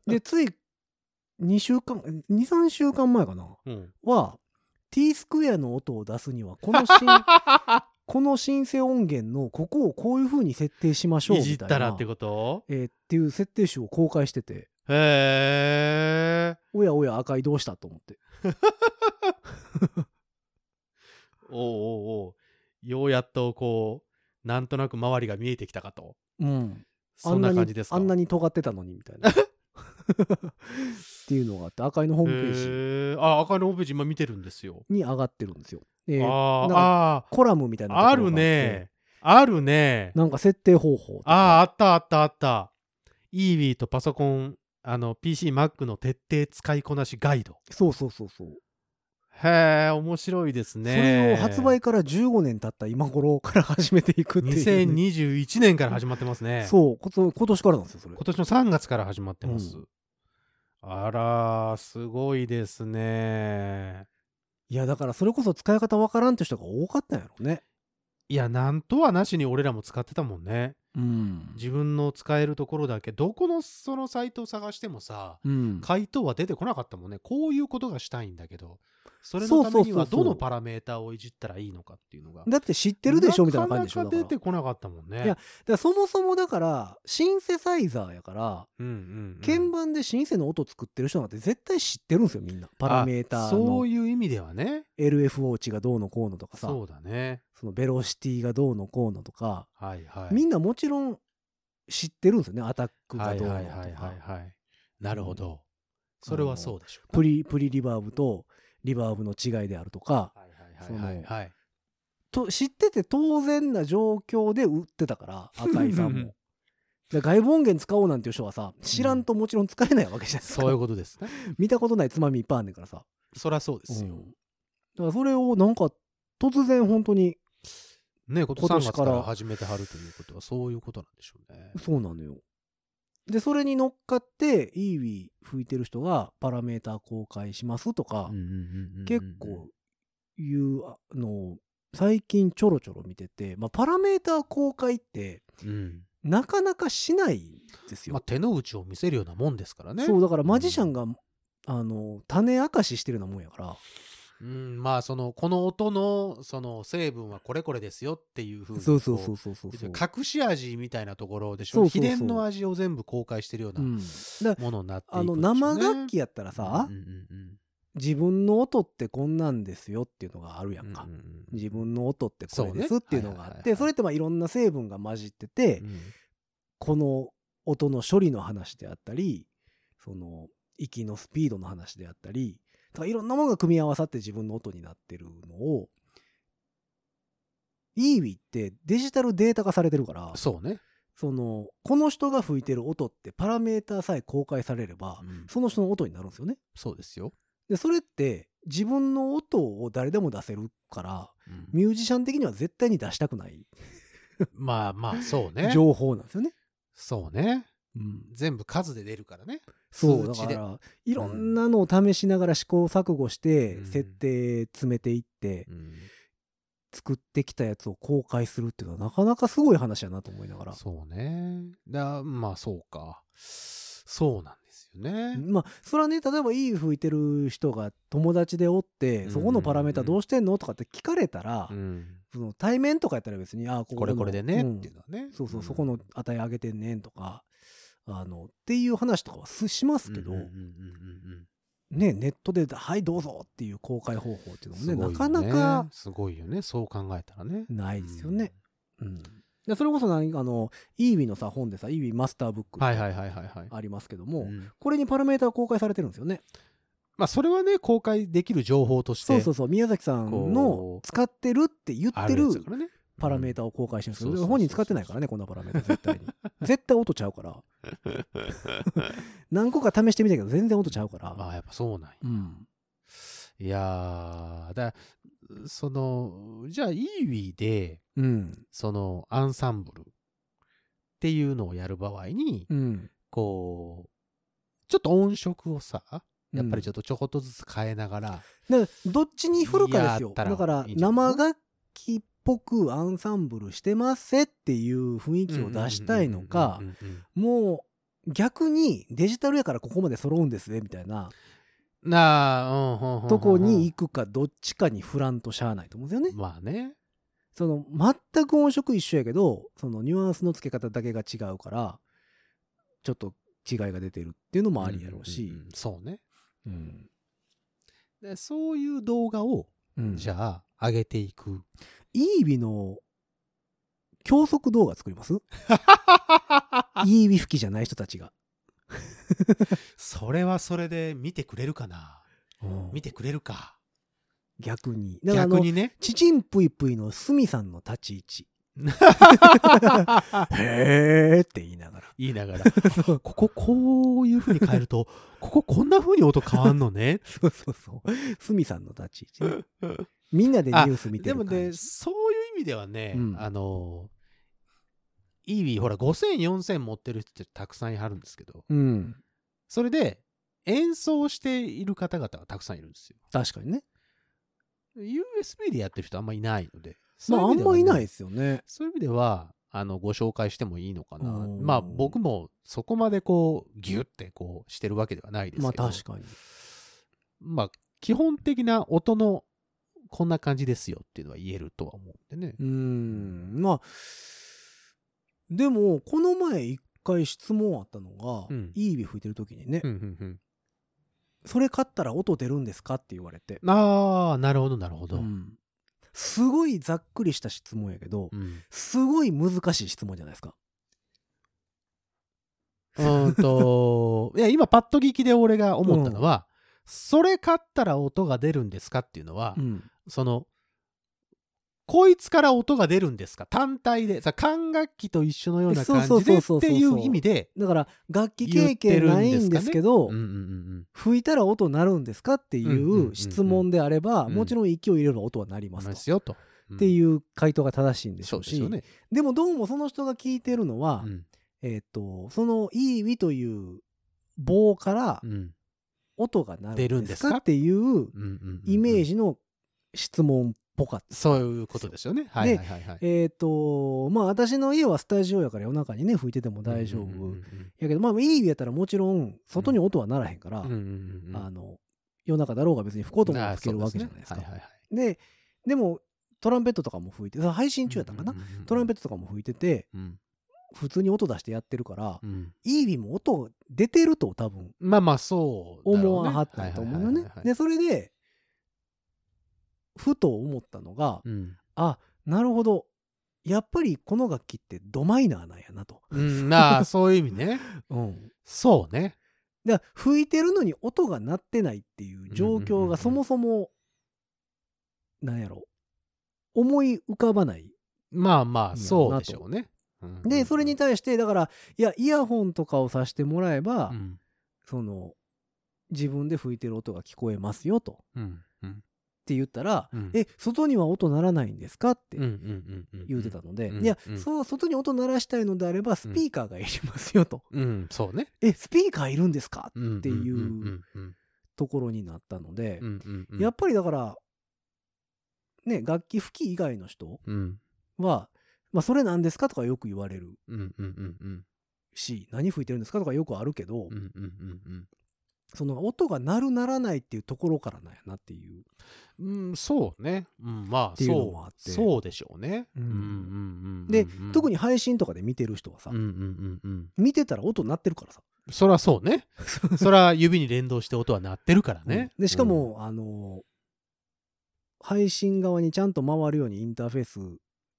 Speaker 2: でつい2週間23週間前かな
Speaker 3: うん。
Speaker 2: は T スクエアの音を出すにはこのシ ンこのシンセ音源のここをこういうふうに設定しましょう
Speaker 3: い
Speaker 2: みたい
Speaker 3: じ
Speaker 2: な
Speaker 3: ったらってこと
Speaker 2: えーっていう設定集を公開してて
Speaker 3: へえ。
Speaker 2: おやおや赤いどうしたと思って
Speaker 3: おうおうおうようやっとこう、なんとなく周りが見えてきたかと。
Speaker 2: うん
Speaker 3: そんな感じですか
Speaker 2: あんなにあんなに尖ってたのにみた いなっていうのがあって赤いのホームページ
Speaker 3: へーあ、赤いのホームページ今見てるんですよ。
Speaker 2: に上がってるんですよ、えーな
Speaker 3: あ
Speaker 2: ん
Speaker 3: ー
Speaker 2: か
Speaker 3: あ
Speaker 2: コラムみたい
Speaker 3: ー、
Speaker 2: なところが
Speaker 3: あ
Speaker 2: って
Speaker 3: るね。あるね。
Speaker 2: なんか設定方法とか
Speaker 3: ああ、あったあったあった。イービーとパソコン、あの、PC、Mac の徹底使いこなしガイド。
Speaker 2: そうそうそうそう、
Speaker 3: へえ、面白いですね。
Speaker 2: それを発売から15年経った今頃から始めていくっていうね、
Speaker 3: 2021年から始まってますね。
Speaker 2: そうこと今年からなんですよそれ
Speaker 3: 今年の3月から始まってます。
Speaker 2: う
Speaker 3: あらー、すごいですね。
Speaker 2: いやだからそれこそ使い方わからんって人が多かったんやろうね
Speaker 3: いや、なんとはなしに俺らも使ってたもんね。
Speaker 2: うん
Speaker 3: 自分の使えるところだけ、どこのそのサイトを探してもさ、
Speaker 2: うん
Speaker 3: 回答は出てこなかったもんね。こういうことがしたいんだけど、それのためには
Speaker 2: そうそうそうそう
Speaker 3: どのパラメータをいじったらいいのかっていうのが。
Speaker 2: だって知ってるでしょみたいな感じでしょ
Speaker 3: な
Speaker 2: だ
Speaker 3: か
Speaker 2: か
Speaker 3: な
Speaker 2: ら
Speaker 3: か出てこなかったもんね。
Speaker 2: いやだからそもそもだからシンセサイザーやから
Speaker 3: うんうんうん、
Speaker 2: 鍵盤でシンセの音作ってる人なんて絶対知ってるんですよみんなパラメータ
Speaker 3: あ
Speaker 2: ー
Speaker 3: そ
Speaker 2: の
Speaker 3: ういう意味ではね。
Speaker 2: LFO 値がどうのこうのとかさ
Speaker 3: そうだね。
Speaker 2: そのベロシティがどうのこうのとか
Speaker 3: はいはい。
Speaker 2: みんなもちろん知ってるんですよねアタックがどうの
Speaker 3: はい
Speaker 2: と
Speaker 3: はいはい
Speaker 2: か
Speaker 3: はいはい。なるほど。それはそうでしょう
Speaker 2: プリプリリバーブとリバーブの違いであるとか
Speaker 3: な。はいはいはいはいはい。
Speaker 2: と知ってて当然な状況で売ってたから赤井さん も。で外部音源使おうなんていう人はさ知らんともちろん使えないわけじゃないですか、
Speaker 3: そういうことですね。
Speaker 2: 見たことないつまみいっぱいあんねんからさ、
Speaker 3: そりゃそうで
Speaker 2: う
Speaker 3: すよ。
Speaker 2: んだからそれをなんか突然本当に
Speaker 3: ね今年
Speaker 2: 今
Speaker 3: 3
Speaker 2: 年
Speaker 3: 月
Speaker 2: か
Speaker 3: からら始めてはるということは、そういうことなんでしょうね。
Speaker 2: そうなのよでそれに乗っかってイーウィー吹いてる人がパラメーター公開しますとか、
Speaker 3: うんうんうんうんうん
Speaker 2: 結構いうあの最近ちょろちょろ見てて、まあ、パラメーター公開って
Speaker 3: うん
Speaker 2: なかなかしないんですよ、
Speaker 3: まあ、手の内を見せるようなもんですからね。
Speaker 2: そうだからマジシャンが、あの種明かししてるようなもんやから
Speaker 3: うん、まあそのこの音のその成分はこれこれですよっていうふうに
Speaker 2: そうそうそう
Speaker 3: こ
Speaker 2: そうそう
Speaker 3: う
Speaker 2: そう
Speaker 3: 隠し味みたいなところでし
Speaker 2: そ
Speaker 3: ょ
Speaker 2: うそうそう
Speaker 3: 秘伝の味を全部公開してるよう
Speaker 2: う、
Speaker 3: なん
Speaker 2: だから
Speaker 3: ものになっていく
Speaker 2: あの
Speaker 3: んでしょうね
Speaker 2: 生楽器やったらさ、
Speaker 3: うんうんうん
Speaker 2: 自分の音ってこんなんですよっていうのがあるや
Speaker 3: うん
Speaker 2: んか、
Speaker 3: うんうん
Speaker 2: 自分の音ってこれで
Speaker 3: そ
Speaker 2: す
Speaker 3: うね
Speaker 2: っていうのがあ
Speaker 3: はい
Speaker 2: っ
Speaker 3: はいはいは
Speaker 2: て
Speaker 3: い
Speaker 2: それってまあいろんな成分が混じってて、
Speaker 3: うん
Speaker 2: この音の処理の話であったりその息のスピードの話であったりとかいろんなものが組み合わさって自分の音になってるのを EWI ってデジタルデータ化されてるから
Speaker 3: そうね。
Speaker 2: そのこの人が吹いてる音ってパラメーターさえ公開されれば
Speaker 3: うん
Speaker 2: その人の音になるんですよね。
Speaker 3: そうですよ。
Speaker 2: でそれって自分の音を誰でも出せるから
Speaker 3: うん
Speaker 2: ミュージシャン的には絶対に出したくない
Speaker 3: まあまあ、そうね。
Speaker 2: 情報なんですよね。
Speaker 3: そうね。
Speaker 2: うん、
Speaker 3: 全部数で出るからね。
Speaker 2: そう
Speaker 3: 数
Speaker 2: だ
Speaker 3: 値
Speaker 2: か
Speaker 3: で
Speaker 2: らいろんなのを試しながら試行錯誤して
Speaker 3: うん
Speaker 2: 設定詰めていって作ってきたやつを公開するっていうのはなかなかすごい話やなと思いながら
Speaker 3: そうね。だまあ、そうか。そうなんですよね。
Speaker 2: まあそれはね例えばいい吹いてる人が友達でおって
Speaker 3: うん
Speaker 2: そこのパラメータどうしてんのとかって聞かれたら
Speaker 3: うん
Speaker 2: その対面とかやったら別にああこ
Speaker 3: これこれでね、
Speaker 2: うん
Speaker 3: っていうのはね。
Speaker 2: そうそうんそこの値上げてんねんとかあのっていう話とかはすしますけど、
Speaker 3: うんうんうんうんうん
Speaker 2: ねネットで「はいどうぞ」っていう公開方法っていうのもねなかな
Speaker 3: すごいよ
Speaker 2: か
Speaker 3: ねすごいよね。そう考えたらね。
Speaker 2: ないですよね。うんでそれこそ何あのイービーのさ本でさイービーマスターブッ
Speaker 3: う
Speaker 2: ク
Speaker 3: ん。はいはいはいはいはい。
Speaker 2: ありますけども、
Speaker 3: うん
Speaker 2: これにパラメーター公開されてるんですよね。
Speaker 3: まあ、それはね、公開できる情報として。
Speaker 2: そうそうそう宮崎さんの
Speaker 3: こう
Speaker 2: 使ってるって言っ
Speaker 3: あ
Speaker 2: て
Speaker 3: る
Speaker 2: る
Speaker 3: やつだからね。
Speaker 2: パラメータを公開してるんですけ
Speaker 3: うん
Speaker 2: ど、
Speaker 3: そうそうそうそう
Speaker 2: 本人使ってないからね、こんなパラメータ絶対に。絶対音ちゃう から。何個か試してみたけど、全然音ちゃうから。
Speaker 3: まあやっぱそうなんや。
Speaker 2: うん。
Speaker 3: いやー、だその、じゃあいい意味で、
Speaker 2: うん。
Speaker 3: そのアンサンブルっていうのをやる場合に、
Speaker 2: うん。
Speaker 3: こう、ちょっと音色をさ、やっぱりち
Speaker 2: ょ
Speaker 3: ょっとちょこっとずつ変えながら、
Speaker 2: だからどっちに振るかです
Speaker 3: や
Speaker 2: よ。
Speaker 3: ったら
Speaker 2: だから、
Speaker 3: いいんじゃない
Speaker 2: 生楽器っぽくアンサンブルしてますせっていう雰囲気を出したいのか
Speaker 3: うん、うんうんうん
Speaker 2: もう逆にデジタルやからここまで揃うんですねみたいな
Speaker 3: うんなあ、うん、ほんほんほんほん
Speaker 2: とこに行くかどっちかに振らんとしゃあないと思うんですよね。
Speaker 3: まあね。
Speaker 2: その全く音色一緒やけどそのニュアンスの付け方だけが違うからちょっと違いが出てるっていうのもありやろうし
Speaker 3: んんん。そうね。
Speaker 2: うん
Speaker 3: でそういう動画を、
Speaker 2: うん
Speaker 3: じゃあ、上げていく。
Speaker 2: イービの教則動画作りますイービ吹きじゃない人たちが。
Speaker 3: それはそれで見てくれるかな見
Speaker 2: 見て
Speaker 3: てくれるか。
Speaker 2: 逆に。だからあ
Speaker 3: 逆
Speaker 2: の、
Speaker 3: にね。
Speaker 2: ちちんぷいぷいのすみさんの立ち位置。へーって言いながら。
Speaker 3: 言いながら、 こここういう風に変えると、 こここんな風に音変わんの ね。
Speaker 2: そうそうそう。すみさんの立ち位置ね。みんなでニュース見て
Speaker 3: で
Speaker 2: る
Speaker 3: も
Speaker 2: 感じ。
Speaker 3: ね、そういう意味ではね、
Speaker 2: うん
Speaker 3: あの、イービー、ほら、5000、4000持ってる人ってたくさんいはるんですけど、
Speaker 2: うん。
Speaker 3: それで、演奏している方々がたくさんいるんですよ。
Speaker 2: 確かにね。
Speaker 3: USB でやってる人あんまいないので。。
Speaker 2: まあ、あんまいないですすよね。
Speaker 3: そういう意味では、あの、ご紹介してもいいのかな。
Speaker 2: うん
Speaker 3: まあ、僕もそこまでこう、ギュってこう、してるわけではないですけど。
Speaker 2: まあ、確かに。
Speaker 3: まあ、基本的な音のこんな感じですよっていうのは言えるとは思うんでね。
Speaker 2: うーん。まあ、でも、この前一回質問あったのが、
Speaker 3: うん
Speaker 2: イービ吹いてる時にね、
Speaker 3: うんうん
Speaker 2: それ買ったら音出るんですかって言われて
Speaker 3: う。ん。ああ、なるほど、なるほど。う
Speaker 2: うんんすごいざっくりした質問やけど、すごい難しい質問じゃないですか。
Speaker 3: うーんと、 いや、今、パッと聞きで俺が思ったのは、それ買ったら音が出るんですかっていうのは、
Speaker 2: うん。
Speaker 3: その、こいつから音が出るんですか単体で。さ、管楽器と一緒のような感
Speaker 2: そう
Speaker 3: じ
Speaker 2: そ
Speaker 3: で
Speaker 2: う
Speaker 3: っ
Speaker 2: そうそうそう
Speaker 3: ていう意味で、
Speaker 2: だから、楽器経験ないんですけど、
Speaker 3: うんうんうん
Speaker 2: 吹いたら音鳴るんですかっていう質問であれば、
Speaker 3: うん
Speaker 2: もちろん息を入れれば音は鳴り
Speaker 3: うん。
Speaker 2: ます
Speaker 3: で
Speaker 2: と。
Speaker 3: すよ、と。
Speaker 2: って
Speaker 3: うん
Speaker 2: いう回答が正しいんでし
Speaker 3: そ
Speaker 2: ょ
Speaker 3: う
Speaker 2: う
Speaker 3: で
Speaker 2: し
Speaker 3: すよね。
Speaker 2: でもどうもその人が聞いてるのは、
Speaker 3: うん
Speaker 2: えっとその「イーウィ」という棒から
Speaker 3: うん
Speaker 2: 音が鳴
Speaker 3: 出
Speaker 2: る
Speaker 3: る
Speaker 2: ん
Speaker 3: ん
Speaker 2: で
Speaker 3: ですす
Speaker 2: か
Speaker 3: か
Speaker 2: っていう
Speaker 3: うんうんうん
Speaker 2: イメージの質問っぽかった。
Speaker 3: そういうことですよね。はいはいはいはい。
Speaker 2: えっ、とまあ私の家はスタジオやから夜中にね吹いてても大丈夫、
Speaker 3: うんうん
Speaker 2: やけどまあイーウィやったらもちろん外に音は鳴らへんから、
Speaker 3: うんうんうんうんうん。
Speaker 2: あの夜中だろうが別に吹こうとも
Speaker 3: あー
Speaker 2: 吹けるわけじゃないです
Speaker 3: そう
Speaker 2: か。
Speaker 3: ねはいはいはい
Speaker 2: ででもトランペットとかも吹いてその配信中やったかな、
Speaker 3: うんうんうんうん
Speaker 2: トランペットとかも吹いてて
Speaker 3: うん
Speaker 2: 普通に音出してやってるから、
Speaker 3: うん
Speaker 2: イービーも音出てると多分
Speaker 3: まあまあそうだろうね。
Speaker 2: 思わはったと思うよね
Speaker 3: はいはいはいはい
Speaker 2: でそれでふと思ったのが、
Speaker 3: うん
Speaker 2: あなるほどやっぱりこの楽器ってドマイナーなんやなと、
Speaker 3: うんまあそういう意味ね。
Speaker 2: うん、
Speaker 3: そうね。
Speaker 2: だから吹いてるのに音が鳴ってないっていう状
Speaker 3: うんうんう
Speaker 2: 況
Speaker 3: んう
Speaker 2: が
Speaker 3: ん
Speaker 2: そもそもなんやろ思い浮かばない
Speaker 3: まあまあそうでしょうね。うん
Speaker 2: でそれに、対してだからいやイヤホンとかをさしてもらえば、
Speaker 3: うん
Speaker 2: その自分で吹いてる音が聞こえますよとっ
Speaker 3: うんうん
Speaker 2: て言ったら、
Speaker 3: うん
Speaker 2: え外には音鳴らないんですかって
Speaker 3: うんうんうんうん
Speaker 2: 言うてたので、
Speaker 3: うん
Speaker 2: いや、
Speaker 3: うん
Speaker 2: そう外に音鳴らしたいのであればスピーカーがいりますよと、
Speaker 3: うんそうね。
Speaker 2: えスピーカーいるんですか
Speaker 3: って
Speaker 2: いう
Speaker 3: うんうん
Speaker 2: ところになったので
Speaker 3: う、んうんうん
Speaker 2: やっぱりだからね楽器吹き以外の人
Speaker 3: うん
Speaker 2: は、まあ、それなんですかとかよく言われる
Speaker 3: うんうんうんうん
Speaker 2: し何吹いてるんですかとかよくあるけど、
Speaker 3: うんうんうんうん
Speaker 2: その音が鳴る鳴らないっていうところからなんやなっていう
Speaker 3: うん、そうね。うん、まあ、
Speaker 2: っていうのもあって
Speaker 3: そう。そうでしょうね。
Speaker 2: うん
Speaker 3: うんうんうん
Speaker 2: で、特に
Speaker 3: に、
Speaker 2: 配信とかで見てる人はさ、
Speaker 3: うんうんうんうん。
Speaker 2: 見てたら音鳴ってるからさ、
Speaker 3: そらそう ね。そら指に連動して音は鳴ってるからね。
Speaker 2: でしかも、あの配信側にちゃんと回るようにインターフェース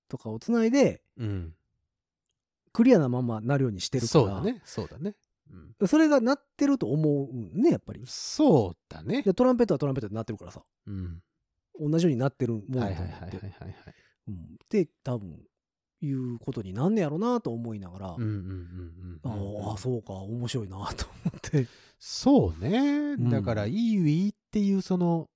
Speaker 2: とかをつないで
Speaker 3: うん、うん。
Speaker 2: クリアなままなるようにしてるから
Speaker 3: そうだね。そうだね。うん
Speaker 2: それが鳴ってると思うねやっぱり
Speaker 3: そうだね。
Speaker 2: でトランペットはトランペットで鳴ってるからさ
Speaker 3: うん。
Speaker 2: 同じようになってるもん
Speaker 3: はい
Speaker 2: だ
Speaker 3: はい
Speaker 2: と思
Speaker 3: はいは
Speaker 2: っ
Speaker 3: い
Speaker 2: て
Speaker 3: はいはい。
Speaker 2: うん、で多分いうことになんねやろなと思いながら、
Speaker 3: うんうんうんうん
Speaker 2: ああそうか面白いなと思って
Speaker 3: そうね
Speaker 2: ん
Speaker 3: だから「いいウィ」っていうその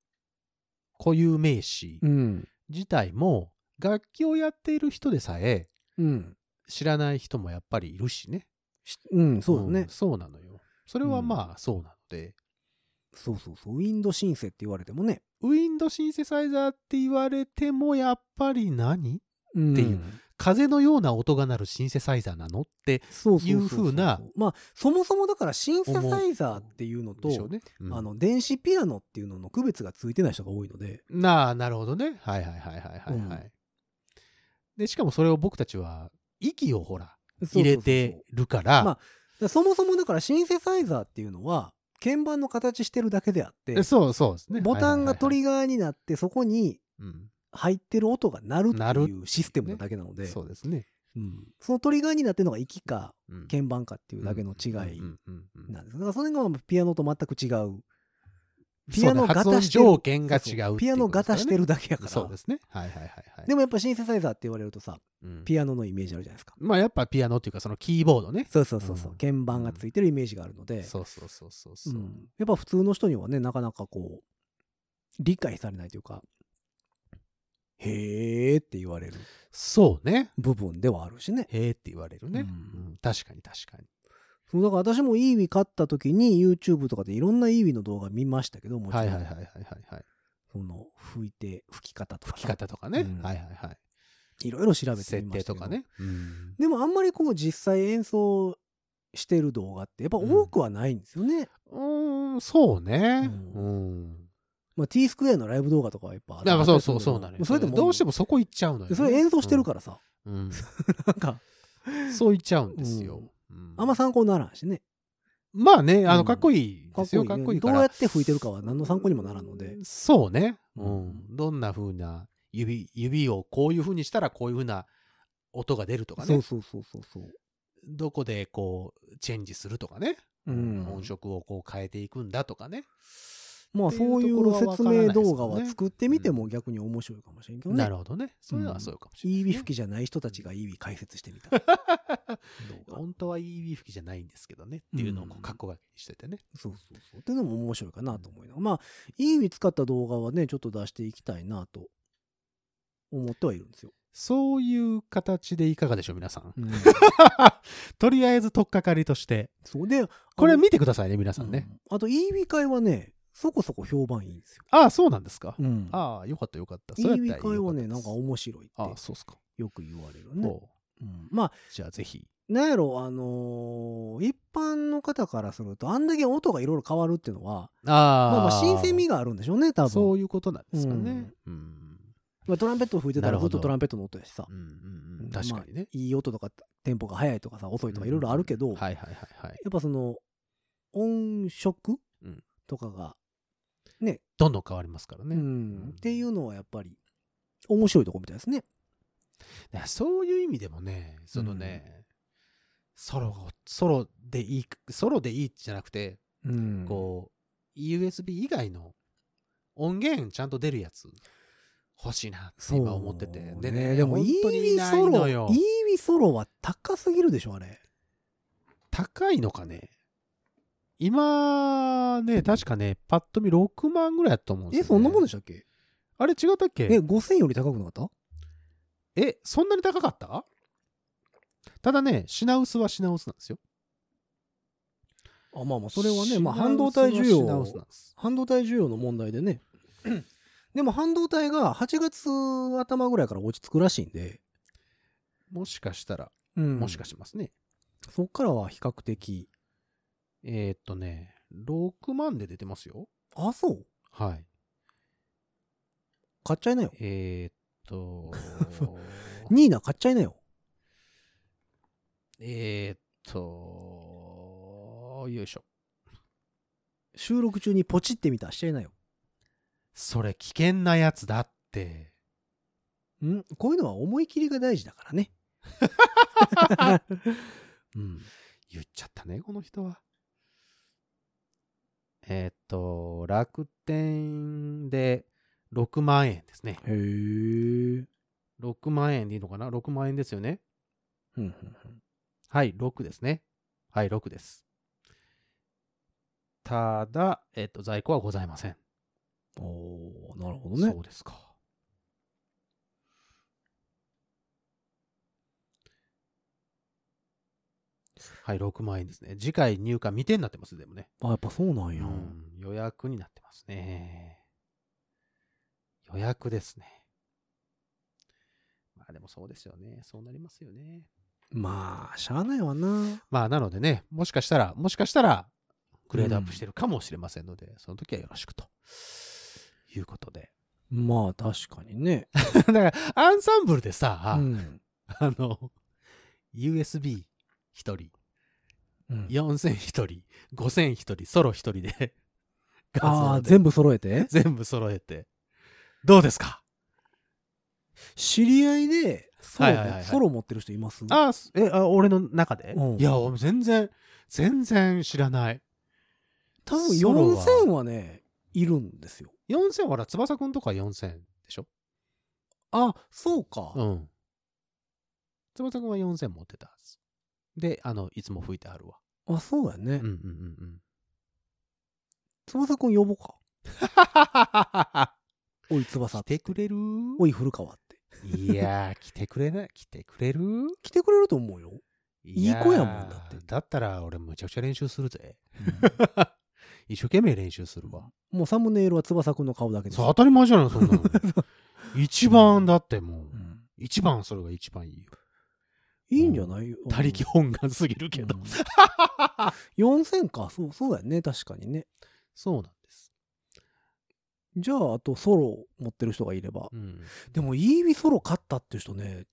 Speaker 3: 固有名詞
Speaker 2: うん
Speaker 3: 自体も楽器をやっている人でさえ
Speaker 2: うん
Speaker 3: 知らない人もやっぱりいるしね
Speaker 2: しうんそうだね、
Speaker 3: んそうなのよそれはまあそうなので、
Speaker 2: そうそうそうウィンドシンセって言われてもね、
Speaker 3: ウィンドシンセサイザーって言われてもやっぱり何
Speaker 2: うん
Speaker 3: っていう風のような音が鳴るシンセサイザーなのって
Speaker 2: そうそうそう
Speaker 3: いう風な
Speaker 2: まあそもそもだからシンセサイザーっていうのと、
Speaker 3: でしょうね、うん
Speaker 2: あの電子ピアノっていうのの区別がついてない人が多いので
Speaker 3: なあなるほどねはいはいはいはいはいはい、
Speaker 2: う
Speaker 3: でしかもそれを僕たちは息をほら
Speaker 2: そうそうそう
Speaker 3: 入れてるから
Speaker 2: まあだからそもそもだからシンセサイザーっていうのは鍵盤の形してるだけであって
Speaker 3: えそうそうですね
Speaker 2: ボタンがト
Speaker 3: り、
Speaker 2: リガーになってそこに
Speaker 3: うん
Speaker 2: 入ってる音が鳴るって
Speaker 3: 鳴
Speaker 2: いうシステムなだけなので、
Speaker 3: そうですね、
Speaker 2: うんそのトリガーになってるのが息か
Speaker 3: うん
Speaker 2: 鍵盤かっていうだけの違い
Speaker 3: うんうんうんうん
Speaker 2: なんですだからそれがピアノと全く違う
Speaker 3: そうだ
Speaker 2: 型
Speaker 3: 発音
Speaker 2: してる
Speaker 3: 条件が違うっていう
Speaker 2: そ
Speaker 3: ことで
Speaker 2: ピ
Speaker 3: すよね
Speaker 2: アノ型してるだけやから
Speaker 3: そうですねはいはいはいはい
Speaker 2: でもやっぱシンセサイザーって言われるとさ
Speaker 3: うん
Speaker 2: ピアノのイメージあるじゃないですか
Speaker 3: まあやっぱピアノっていうかそのキーボードね
Speaker 2: そうそうそうそう、
Speaker 3: うん
Speaker 2: 鍵盤がついてるイメージがあるので、
Speaker 3: そうそうそうそう
Speaker 2: う、
Speaker 3: そうん
Speaker 2: やっぱ普通の人にはねなかなかこう理解されないというかへーって言われる
Speaker 3: そうね
Speaker 2: 部分ではあるしね
Speaker 3: へえって言われるね、
Speaker 2: うん
Speaker 3: うん確かに確かに
Speaker 2: そうだから私もイーウィ買った時に YouTube とかでいろんなイーウィの動画見ましたけどもちろ
Speaker 3: は
Speaker 2: ん、
Speaker 3: いはいはいはいはいはい
Speaker 2: その吹いて吹き方とか
Speaker 3: 吹き方とかね、
Speaker 2: うん
Speaker 3: はいはいはい
Speaker 2: いろいろ調べて
Speaker 3: 設
Speaker 2: みま
Speaker 3: 定
Speaker 2: した
Speaker 3: と
Speaker 2: けど
Speaker 3: かね、うん
Speaker 2: でもあんまりこう実際演奏してる動画ってやっぱ多くはないんですよね、
Speaker 3: うーんそうね
Speaker 2: う
Speaker 3: うん
Speaker 2: まあ、T スクエアのライブ動画とかはやっぱ
Speaker 3: だからそうそうそうなのよ
Speaker 2: それでも
Speaker 3: どうしてもそこ行っちゃうのよね
Speaker 2: それ演奏してるからさ、
Speaker 3: ら、うん
Speaker 2: なんか
Speaker 3: うんそう言っちゃうんですよ、うん
Speaker 2: あんま参考にならんしね
Speaker 3: まあねあ
Speaker 2: う
Speaker 3: の
Speaker 2: ん
Speaker 3: かっこいいですよ、
Speaker 2: か
Speaker 3: か
Speaker 2: っ
Speaker 3: っ
Speaker 2: こ
Speaker 3: こ
Speaker 2: いい
Speaker 3: いい
Speaker 2: ど
Speaker 3: か
Speaker 2: う
Speaker 3: ら
Speaker 2: やって吹いてるかは何の参考にもならんので
Speaker 3: そうね、う
Speaker 2: うんん
Speaker 3: どんな風な指指をこういう風にしたらこういう風な音が出るとか
Speaker 2: そ
Speaker 3: ね
Speaker 2: うそうそうそうそう
Speaker 3: どこでこうチェンジするとかね、
Speaker 2: うん
Speaker 3: 音色をこう変えていくんだとかね
Speaker 2: まあ
Speaker 3: っていう
Speaker 2: そうい
Speaker 3: ところ
Speaker 2: う
Speaker 3: はわ
Speaker 2: 説
Speaker 3: からないです
Speaker 2: 明
Speaker 3: ね
Speaker 2: 動画は作ってみても逆に面白いかもしれんけどね
Speaker 3: なるほどねそれはそうかもしれない、
Speaker 2: イー
Speaker 3: ね
Speaker 2: ビ吹きじゃない人たちがイービ解説してみた動 画
Speaker 3: 本当は EB 吹きじゃないんですけどねっていうのをこ
Speaker 2: うん
Speaker 3: うカッコ書きにしててね、
Speaker 2: そうそうそうっていうのも面白いかなと思いながらまあイービ使った動画はねちょっと出していきたいなと思ってはいるんですよ、
Speaker 3: そういう形でいかがでしょう皆さ ん
Speaker 2: うん
Speaker 3: とりあえず取っかかりとして
Speaker 2: そうで
Speaker 3: これ
Speaker 2: あの
Speaker 3: 見てくださいね皆さんね、
Speaker 2: うんあと EB 会はねそこそこ評判いいんですよ、
Speaker 3: ああそうなんですか、
Speaker 2: うん、
Speaker 3: ああよかったよかったそうやったら
Speaker 2: EB 会はね
Speaker 3: よ
Speaker 2: なん
Speaker 3: かった
Speaker 2: か
Speaker 3: です
Speaker 2: 面白いっ
Speaker 3: ああ
Speaker 2: て
Speaker 3: そうっすか、
Speaker 2: よく言われるね、
Speaker 3: おう
Speaker 2: うん、まあ
Speaker 3: じゃあぜひ
Speaker 2: なんやろあのー一般の方からするとあんだけ音がいろいろ変わるっていうのは
Speaker 3: あ
Speaker 2: まあまあ新鮮味
Speaker 3: が
Speaker 2: があるんでしょうね多
Speaker 3: そ
Speaker 2: 分、
Speaker 3: ういうことなんですかね、うん
Speaker 2: まあ、トランペット吹いてた
Speaker 3: な
Speaker 2: ら
Speaker 3: る
Speaker 2: ず
Speaker 3: ほ
Speaker 2: っ
Speaker 3: ど
Speaker 2: とトランペットの音やしさ
Speaker 3: うんうんう
Speaker 2: うん
Speaker 3: ん、確かにね、
Speaker 2: いい音とかテンポが速いとかさ遅いとかいろいろあるけど、
Speaker 3: うん
Speaker 2: や
Speaker 3: はいはいはいはい
Speaker 2: っぱその音色
Speaker 3: うん
Speaker 2: とかが、
Speaker 3: どんどん変わりますからね、
Speaker 2: うんっていうのはやっぱり面白いとこみたいですね
Speaker 3: いやそういう意味でもねそのね、ソロをソロでいいソロでいいじゃなくて、
Speaker 2: うん
Speaker 3: こう USB 以外の音源ちゃんと出るやつ欲しいなって今思ってて
Speaker 2: そう
Speaker 3: で
Speaker 2: ね
Speaker 3: ね
Speaker 2: でも
Speaker 3: 本
Speaker 2: EV
Speaker 3: 当にない
Speaker 2: ソロ
Speaker 3: のよ
Speaker 2: EV ソロは高すぎるでしょあれ
Speaker 3: 高いのかね今ね確かねパッと見6万ぐらいやったと思うんですよ、
Speaker 2: え
Speaker 3: ね、
Speaker 2: そんなもんでしたっけ
Speaker 3: あれ違ったっ
Speaker 2: え
Speaker 3: け
Speaker 2: 5000より高くなかった
Speaker 3: えそんなに高かったただね品薄は品薄なんですよ
Speaker 2: あまあまあそれはね、まあ、半
Speaker 3: 品薄
Speaker 2: 導
Speaker 3: は
Speaker 2: 体需
Speaker 3: 品
Speaker 2: 要
Speaker 3: 薄なんです
Speaker 2: 半導体需要の問題でね でも半導体が8月頭ぐらいから落ち着くらしいんで、
Speaker 3: もしかしたらもしか
Speaker 2: し
Speaker 3: しますね、
Speaker 2: そっからは比較的
Speaker 3: えーっとね、6万で出てますよ。
Speaker 2: あそう
Speaker 3: はい。
Speaker 2: 買っちゃいなよ、
Speaker 3: えーっと
Speaker 2: ニーナ買っちゃいなよ
Speaker 3: えーっと、よいしょ。
Speaker 2: 収録中にポチってみたらしちゃいなよ
Speaker 3: それ危険なやつだって。
Speaker 2: うんこういうのは思い切りが大事だから ねうん
Speaker 3: 言っちゃったね、この人は。えーっと、楽天で6万円ですね。
Speaker 2: へえ
Speaker 3: 6万円でいいのかな ?6 万円ですよね。
Speaker 2: うんうんうん
Speaker 3: はい、6ですね。はい、6です。ただ、えっと、在庫はございません。
Speaker 2: おーなるほどね
Speaker 3: そうですか。はい、6万円ですね。次回入荷未定になってます、でもね。
Speaker 2: あやっぱそうなんや、
Speaker 3: うん予約になってますね。予約ですね。まあでもそうですよね。そうなりますよね。
Speaker 2: まあしゃあないわな
Speaker 3: まあなのでね、もしかしたら、もしかしたら、グレードアップしてるかもしれませんので、その時はよろしくと。いうことで。
Speaker 2: まあ確かにね、
Speaker 3: だから、アンサンブルでさ、
Speaker 2: うん
Speaker 3: あの、USB1 人、
Speaker 2: うん
Speaker 3: 4000一人、5000一人、ソロ一人で、
Speaker 2: ああ
Speaker 3: 全
Speaker 2: 全部揃えて
Speaker 3: 全部揃えて、どうですか
Speaker 2: 知り合いでソロ,、
Speaker 3: はいはいはい
Speaker 2: ソロ持ってる人います
Speaker 3: あすえあ俺の中で、
Speaker 2: うん
Speaker 3: いや俺全然全然知らない
Speaker 2: 多分
Speaker 3: ソロは
Speaker 2: 4000はねいるんですよ
Speaker 3: 4000ほら翼くんとか4000でしょ
Speaker 2: あそうか、
Speaker 3: うん翼くんは4000持ってたはずであのいつも吹いてあるわ
Speaker 2: あそうやね、
Speaker 3: うんうんうん うん
Speaker 2: 翼くん呼ぼうかおい翼
Speaker 3: 来
Speaker 2: って
Speaker 3: てくれる
Speaker 2: おい古川って
Speaker 3: いやー来てくれない来てくれる
Speaker 2: 来てくれると思うよいい子やもんだって
Speaker 3: いやーだったら俺むちゃくちゃ練習するぜ一生懸命練習するわ
Speaker 2: もうサムネイルは翼くんの顔だけです
Speaker 3: そう当たり前じゃないそんな の一番だって
Speaker 2: う
Speaker 3: もう
Speaker 2: ん
Speaker 3: 一番それが一番いいよ。
Speaker 2: いいんじゃないよ
Speaker 3: 他力本願すぎるけど。
Speaker 2: うん4000かそうそうやね確かにね
Speaker 3: そうなんです。
Speaker 2: じゃああとソロ持ってる人がいれば
Speaker 3: うん、
Speaker 2: でも EB ソロ買ったっていう人ね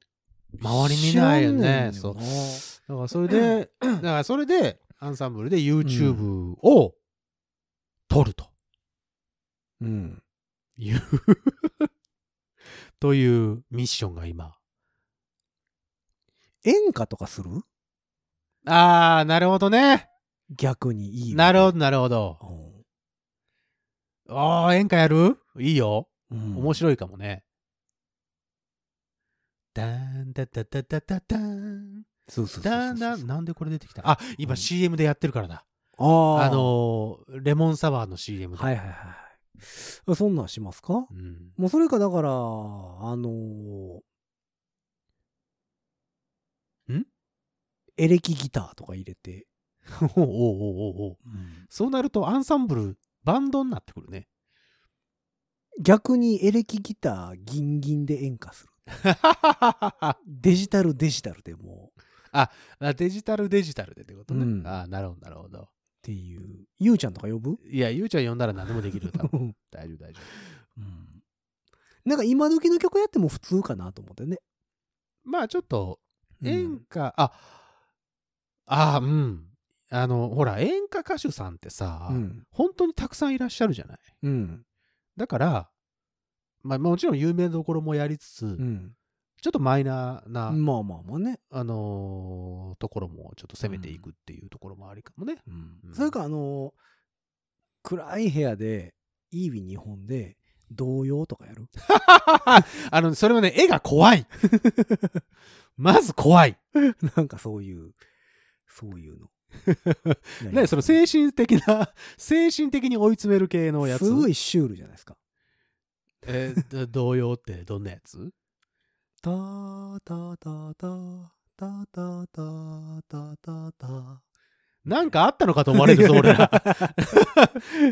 Speaker 3: 周り見ないよ
Speaker 2: 知らん
Speaker 3: ね。
Speaker 2: ん
Speaker 3: そう。
Speaker 2: な
Speaker 3: だからそれで、だからそれで、アンサンブルで YouTube を撮 ると
Speaker 2: うん
Speaker 3: いう、というミッションが今。
Speaker 2: 演歌とかする
Speaker 3: あー、なるほどね。
Speaker 2: 逆にいい
Speaker 3: なるほど、なるほど。
Speaker 2: ど、
Speaker 3: あー、演歌やるいいよ。
Speaker 2: うん
Speaker 3: 面白いかもね。ダーンダダダダダダーン。
Speaker 2: そうそうそうそう
Speaker 3: だんだん、なんでこれ出てきたあ、今 CM でやってるからだ。
Speaker 2: あー
Speaker 3: あのー、レモンサワーの CM だ。
Speaker 2: はいはいはいそんなんしますか、
Speaker 3: うん。
Speaker 2: もうそれかだからあのー
Speaker 3: ん
Speaker 2: エレキギターとか入れて、
Speaker 3: おうおうおうおうそうなると、アンサンブル、バンドになってく るね。
Speaker 2: 逆にエレキギターギンギンで演歌するデジタルデジタルでもうっ
Speaker 3: あデジタルデジタルでってことね。
Speaker 2: うん
Speaker 3: あなるほど、なるほど。
Speaker 2: ていうゆうちゃんとか呼ぶ、
Speaker 3: いや、ゆうちゃん呼んだら何でもできるよ。多
Speaker 2: う
Speaker 3: 分
Speaker 2: ん、
Speaker 3: 大丈夫、大丈夫。
Speaker 2: なんか今時の曲やっても普通かなと思ってね
Speaker 3: まあ、ちょっと、
Speaker 2: うん
Speaker 3: 演歌、あ、あ、うん。あの、ほら、演歌歌手さんってさ、
Speaker 2: うん
Speaker 3: 本当にたくさんいらっしゃるじゃない。
Speaker 2: うん
Speaker 3: だから、まあ、もちろん有名どころもやりつつ、
Speaker 2: うん
Speaker 3: ちょっとマイナーな、
Speaker 2: まあまあまあね、
Speaker 3: あのーところもちょっと攻めていくっていうところもありかもね。うん
Speaker 2: それかあの暗い部屋でイービ日本で童謡とかやる
Speaker 3: あの、それはね、絵が怖い。 まず怖い。
Speaker 2: なんかそういう、そういう の。
Speaker 3: ね、その精神的な、 精神的に追い詰める系のやつ。
Speaker 2: すごいシュールじゃないですか。
Speaker 3: えー童謡ってどんなやつ
Speaker 2: たたたたたたたたたた。
Speaker 3: なんかあったのかと思われるぞ、俺 ら。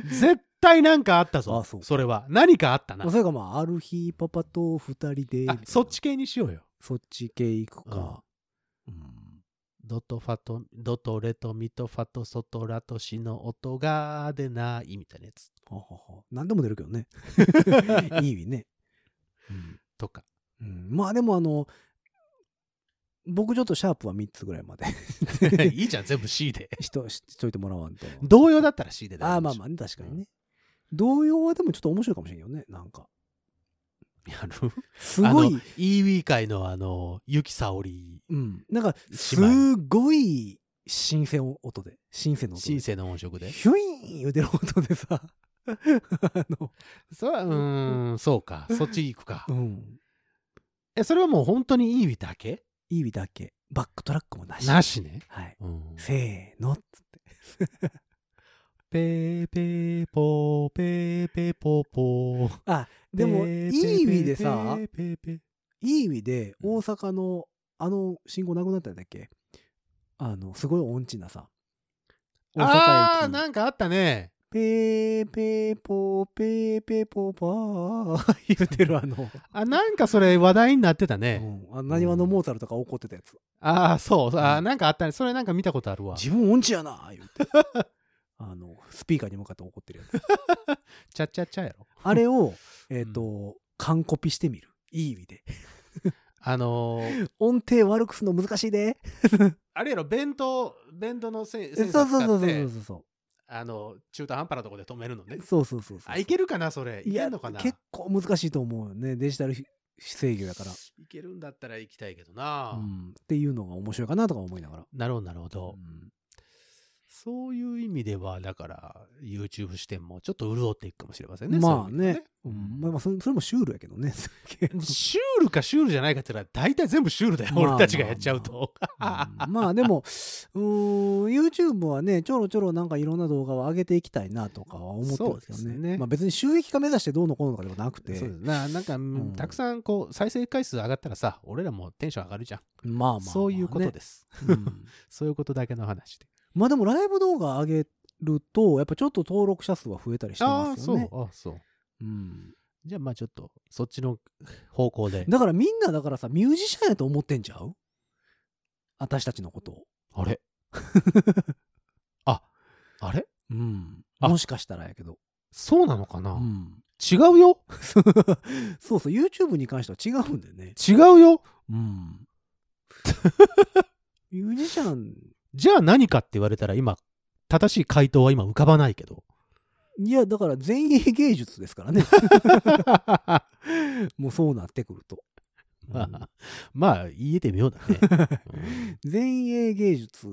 Speaker 3: 絶対なんかあったぞ。
Speaker 2: あそう
Speaker 3: れは。何かあったな
Speaker 2: まあ、。それがまあ、ある日パパと二人で
Speaker 3: あ、、そっ。ち系にしようよ。
Speaker 2: そっち系行くか。うん
Speaker 3: ドトファト、ドトレトミトファトソトラトシの音が出ないみたいなやつ
Speaker 2: ははは何でも出るけ どね。いい意味ね。うん
Speaker 3: とか。
Speaker 2: うんまあでもあの、僕ちょっとシャープは3つぐらいまで
Speaker 3: いいじゃん、全部 C で。
Speaker 2: しとししといてもらわんと。
Speaker 3: 同様だったら C で大丈夫
Speaker 2: ああまあまあね、確かにね。童謡はでもちょっと面白いかもしれんよね、なんか。
Speaker 3: やる。
Speaker 2: すご
Speaker 3: あの
Speaker 2: い、。
Speaker 3: イーウィー界のあの、ゆきさおり、
Speaker 2: うん。なんか、す
Speaker 3: 一枚
Speaker 2: ごい、新鮮な音で、新鮮な音で。
Speaker 3: 新生の音色で。
Speaker 2: ヒュイーン言うてる音でさ、 あの、
Speaker 3: そう、うーん、そうか。そっち行くか
Speaker 2: う。ん。
Speaker 3: え、それはもう本当にいい意味だけ
Speaker 2: いい日だけ。バックトラックもなし。
Speaker 3: なしね。
Speaker 2: はい。
Speaker 3: うん
Speaker 2: せーの。
Speaker 3: ペーペーポー、ペーペーポーポー。
Speaker 2: あ、でも、
Speaker 3: ペ
Speaker 2: い
Speaker 3: ー
Speaker 2: い意味でさ
Speaker 3: ペ、ーペーペーペー
Speaker 2: いい意味で、大阪の、あの、信号なくなったんだっけあの、すごい音痴なさ。大
Speaker 3: あ
Speaker 2: 阪
Speaker 3: ー、
Speaker 2: 駅。
Speaker 3: なんかあったね。
Speaker 2: ペーペーポー、ペーペーポーパー、 言ってるあの、
Speaker 3: あ、なんかそれ話題になってた
Speaker 2: う
Speaker 3: ね。
Speaker 2: ん、あなにわのモーツァルトが怒ってたやつ。
Speaker 3: ああ、そう。あ
Speaker 2: う
Speaker 3: ー
Speaker 2: ん
Speaker 3: なんかあったね。それなんか見たことあるわ。
Speaker 2: 自分音痴やな言って。 あの、スピーカーに向かって怒ってる やつ。
Speaker 3: ちゃっちゃっちゃやろ。
Speaker 2: あれを、えっ、と、完コピしてみる。いい意味で。
Speaker 3: あのー、
Speaker 2: 音程悪くするの難しいで。
Speaker 3: あれやろ、弁当、弁当のせ
Speaker 2: そ
Speaker 3: セ
Speaker 2: うそ
Speaker 3: ンサ
Speaker 2: う
Speaker 3: ー
Speaker 2: そ
Speaker 3: 使
Speaker 2: う
Speaker 3: っ
Speaker 2: そう
Speaker 3: て、
Speaker 2: そうそう。
Speaker 3: あの、中途半端なところで止めるのね。
Speaker 2: そうそうそうそう。
Speaker 3: あ、いけるかな、それ。い
Speaker 2: い
Speaker 3: け
Speaker 2: や
Speaker 3: んのかな
Speaker 2: 結構難しいと思うよねデジタルひ制御やから、
Speaker 3: いけるんだったら行きたいけどな。
Speaker 2: うんっていうのが面白いかなとか思いながら、
Speaker 3: なるほど、なるほど。
Speaker 2: うん
Speaker 3: そういう意味では、だから、YouTube 視点もちょっと潤っていくかもしれませんね。
Speaker 2: まあ
Speaker 3: そういう意味
Speaker 2: ね
Speaker 3: で
Speaker 2: うんまあまあそれそれもシュールやけどねすげえ
Speaker 3: シュールかシュールじゃないかって言ったら、大体全部シュールだよ、
Speaker 2: まあ
Speaker 3: 俺たちがやっちゃうと。
Speaker 2: うんまあでもうーん YouTube はねちょろちょろなんかいろんな動画を上げていきたいなとかは思ってますけど
Speaker 3: そうで
Speaker 2: ね
Speaker 3: すね
Speaker 2: まあ、別に収益化目指してどうのこうのとかではなくて
Speaker 3: そうですななんか、
Speaker 2: ん
Speaker 3: たくさんこう再生回数上がったらさ俺らもテンション上がるじゃん、
Speaker 2: まあまあまあね、
Speaker 3: そういうことです
Speaker 2: うん
Speaker 3: そういうことだけの話で
Speaker 2: まあでもライブ動画上げるとやっぱちょっと登録者数は増えたりして
Speaker 3: あ
Speaker 2: ま
Speaker 3: あ
Speaker 2: す
Speaker 3: そ
Speaker 2: よ
Speaker 3: う
Speaker 2: ね
Speaker 3: あそう
Speaker 2: うん、
Speaker 3: じゃあまあちょっとそっちの 方向で
Speaker 2: だからみんなだからさミュージシャンやと思ってんちゃう私たちのことを。
Speaker 3: あれああれ
Speaker 2: うん。
Speaker 3: あ
Speaker 2: もしかしたらやけど。
Speaker 3: そうなのかな、
Speaker 2: うん。
Speaker 3: 違うよ
Speaker 2: そうそう、YouTube に関しては違うんだよね。
Speaker 3: 違うよ
Speaker 2: うん。ミュージシャ ン、
Speaker 3: じゃあ何かって言われたら今正しい回答は今浮かばないけ ど
Speaker 2: いや、だから前衛芸術ですからね。もうそうなってくる と。
Speaker 3: まあ、まあ、言えてみようだ ね。うん
Speaker 2: 前衛芸術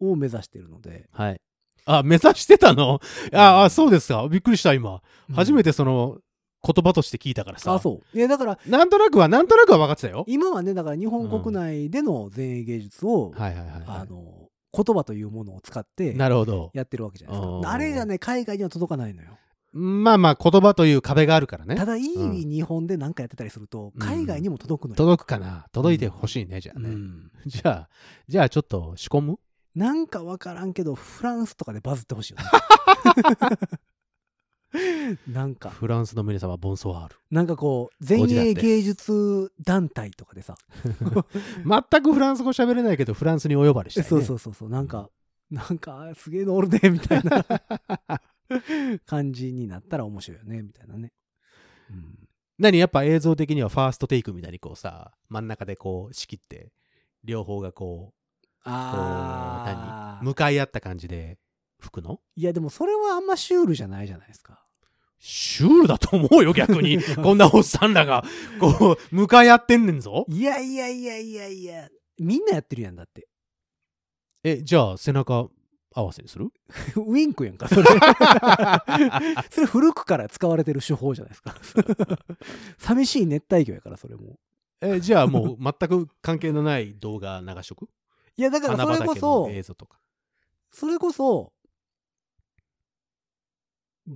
Speaker 2: を目指してるので。
Speaker 3: はい。あ、目指してたのああ、そうですか。びっくりした、今。初め
Speaker 2: て
Speaker 3: てその、言葉として聞いたからさ。
Speaker 2: あ、そう。いや、だから、
Speaker 3: なんとなくは、なんとなくは分かってたよ。
Speaker 2: 今はね、だから日本国内での前衛芸術を、
Speaker 3: はいはいはい
Speaker 2: あ
Speaker 3: は
Speaker 2: の言葉というものを使って
Speaker 3: い。なるほど。
Speaker 2: やってるわけじゃないで
Speaker 3: う
Speaker 2: す
Speaker 3: ん
Speaker 2: か。あれがね海外には届かないのよ。
Speaker 3: まあまあ、言葉という壁があるからね
Speaker 2: た。だいい日本で何かやってたりすると
Speaker 3: うん
Speaker 2: 海外にも届くのよ。
Speaker 3: 届くかな届いてほしいね、じゃあ
Speaker 2: う
Speaker 3: ね。
Speaker 2: ん
Speaker 3: じゃあ、じゃあちょっと仕込む
Speaker 2: なんかわからんけどフランスとかでバズってほしいよ ね。なんか
Speaker 3: フランスの皆様、ボンソワール。
Speaker 2: なんかこう前
Speaker 3: ゴジラ
Speaker 2: 衛
Speaker 3: スです
Speaker 2: 芸術団体とかでさ、
Speaker 3: 全くフランス語喋れないけど、フランスにお呼ばれしたいね。
Speaker 2: そうそうそうそうなんかなんかすげえのおるでみたい な感じになったら面白いよねみたいなね。うん
Speaker 3: 何やっぱ映像的にはファーストテイクみたいにこうさ真ん中でこう仕切って両方がこうこう
Speaker 2: あ
Speaker 3: 何
Speaker 2: あ。
Speaker 3: 向かい合った感じで吹くの
Speaker 2: いやでもそれはあんまシュールじゃないじゃないですか。
Speaker 3: シュールだと思うよ逆 にこんなおっさんらがこう向かい合ってんねんぞ
Speaker 2: いやいやいやいやいや。みんなやってるやんだって。
Speaker 3: えじゃあ背中合わせに する
Speaker 2: ウィンクやんか、それ。それ古くから使われてる手法じゃないですか。 寂しい熱帯魚やから、それも。
Speaker 3: えじゃあもう全く関係のない動画流しとく
Speaker 2: いやだから
Speaker 3: 花
Speaker 2: それこ
Speaker 3: 畑の
Speaker 2: そ、
Speaker 3: 映像とか
Speaker 2: それこそ、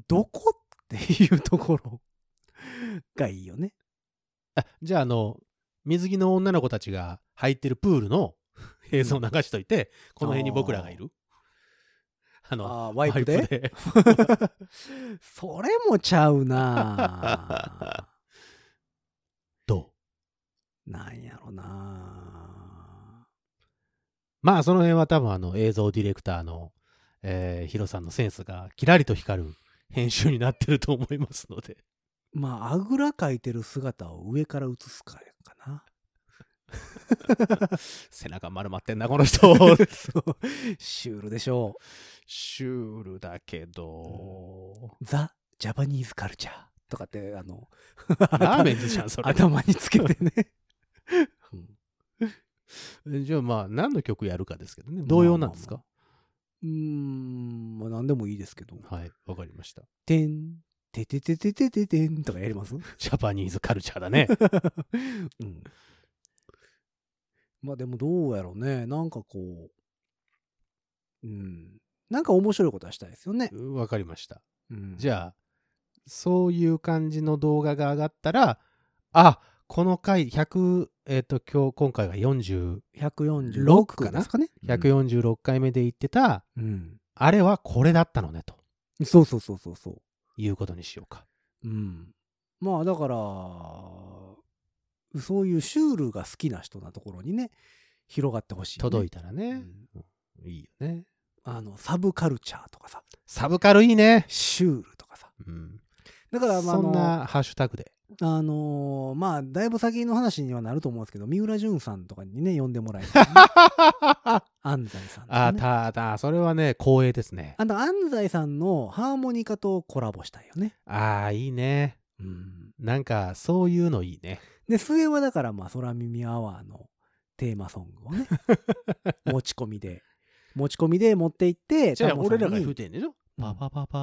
Speaker 2: どこっていうところがいいよね。
Speaker 3: あじゃああの水着の女の子たちが入ってるプールの映像を流しといて、この辺に僕らがいるあの
Speaker 2: ああ、ワイプで。
Speaker 3: で
Speaker 2: それもちゃうなぁ。
Speaker 3: どう
Speaker 2: なんやろな
Speaker 3: まあその辺は多分あの映像ディレクターの、えーヒロさんのセンスがキラリと光る編集になってると思います ので
Speaker 2: まああぐらかいてる姿を上から映すかやかな
Speaker 3: 背中丸まってんなこの 人
Speaker 2: そうシュールでしょ
Speaker 3: シュールだけど
Speaker 2: うザ・ジャパニーズカルチャーとかってあの
Speaker 3: ラ ーメンズじゃんそれ
Speaker 2: 頭につけて ね、うん
Speaker 3: じゃあまあ何の曲やるかですけどね同様なんですか、
Speaker 2: うーんまあ何でもいいですけど
Speaker 3: はいわかりました
Speaker 2: 「てんてててててててんとかやります
Speaker 3: ジャパニーズカルチャーだね。
Speaker 2: うん。まあでもどうやろうね。なんかこう、うん。なんか面白いことはしたいですよね。
Speaker 3: わかりました。
Speaker 2: うん、
Speaker 3: じ
Speaker 2: ゃ
Speaker 3: ゃあ、そういう感じの動画が上がったら、あ、この回100、えっ、と、今日、今回が40、
Speaker 2: 146かな
Speaker 3: です
Speaker 2: かね。
Speaker 3: 146回目で言ってた、
Speaker 2: うん。
Speaker 3: あれはこれだったのね、と
Speaker 2: そうそうそうそうそ
Speaker 3: いうことにしようか。
Speaker 2: う。うん。まあだから、そういうシュールが好きな人なところにね、広がってほしい、
Speaker 3: 届い
Speaker 2: て。
Speaker 3: たら
Speaker 2: う
Speaker 3: ね。
Speaker 2: ん
Speaker 3: いいよね。
Speaker 2: あの、サブカルチャーとかさ、
Speaker 3: サブカルいいね。
Speaker 2: シュールとかさ。
Speaker 3: うん。
Speaker 2: だから、まあ、あ
Speaker 3: そん
Speaker 2: の
Speaker 3: なハッシュタグで。
Speaker 2: あのーまあ、だいぶ先の話にはなると思うんですけど、三浦淳さんとかにね、呼んでもらえたらね、 安西さんと
Speaker 3: あ
Speaker 2: か、
Speaker 3: ー
Speaker 2: ね。
Speaker 3: ただ、それはね、光栄ですね。
Speaker 2: あの、安西さんのハーモニカとコラボしたいよね。
Speaker 3: ああ、いいね。
Speaker 2: うん。
Speaker 3: なんか、そういうのいいね。
Speaker 2: で、末はだから、まあ、空耳アワーのテーマソングを ね、持ち込みで、持ち込みで持って行って、
Speaker 3: じゃあ、
Speaker 2: タモさん
Speaker 3: 俺
Speaker 2: に
Speaker 3: らが言うてんでしょ
Speaker 2: うん
Speaker 3: パパパパ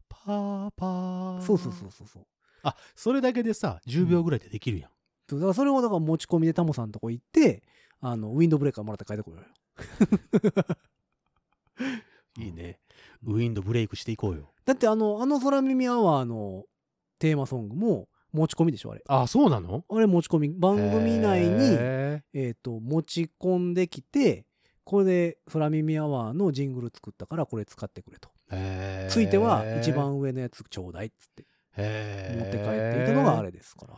Speaker 3: ー、パーパー。
Speaker 2: そうそうそうそうそう。
Speaker 3: あ、それだけでさ、10秒ぐらいでできるやん。
Speaker 2: だから、それをだから持ち込みでタモさんのとこ行って、あの、ウィンドブレーカーもらって帰ってこようよ。うん
Speaker 3: いいね。ウィンドブレイクしていこうよ。
Speaker 2: だってあの、あの空耳アワーのテーマソングも持ち込みでしょ、あれ。
Speaker 3: あ、そうなの
Speaker 2: あれ持ち込み、番組内に、
Speaker 3: へ
Speaker 2: えっ、と、持ち込んできて、これで空耳アワーのジングル作ったからこれ使ってくれと。
Speaker 3: ーへー
Speaker 2: ついては一番上のやつちょうだいっつって
Speaker 3: へー
Speaker 2: 持って帰っていたのがあれですから。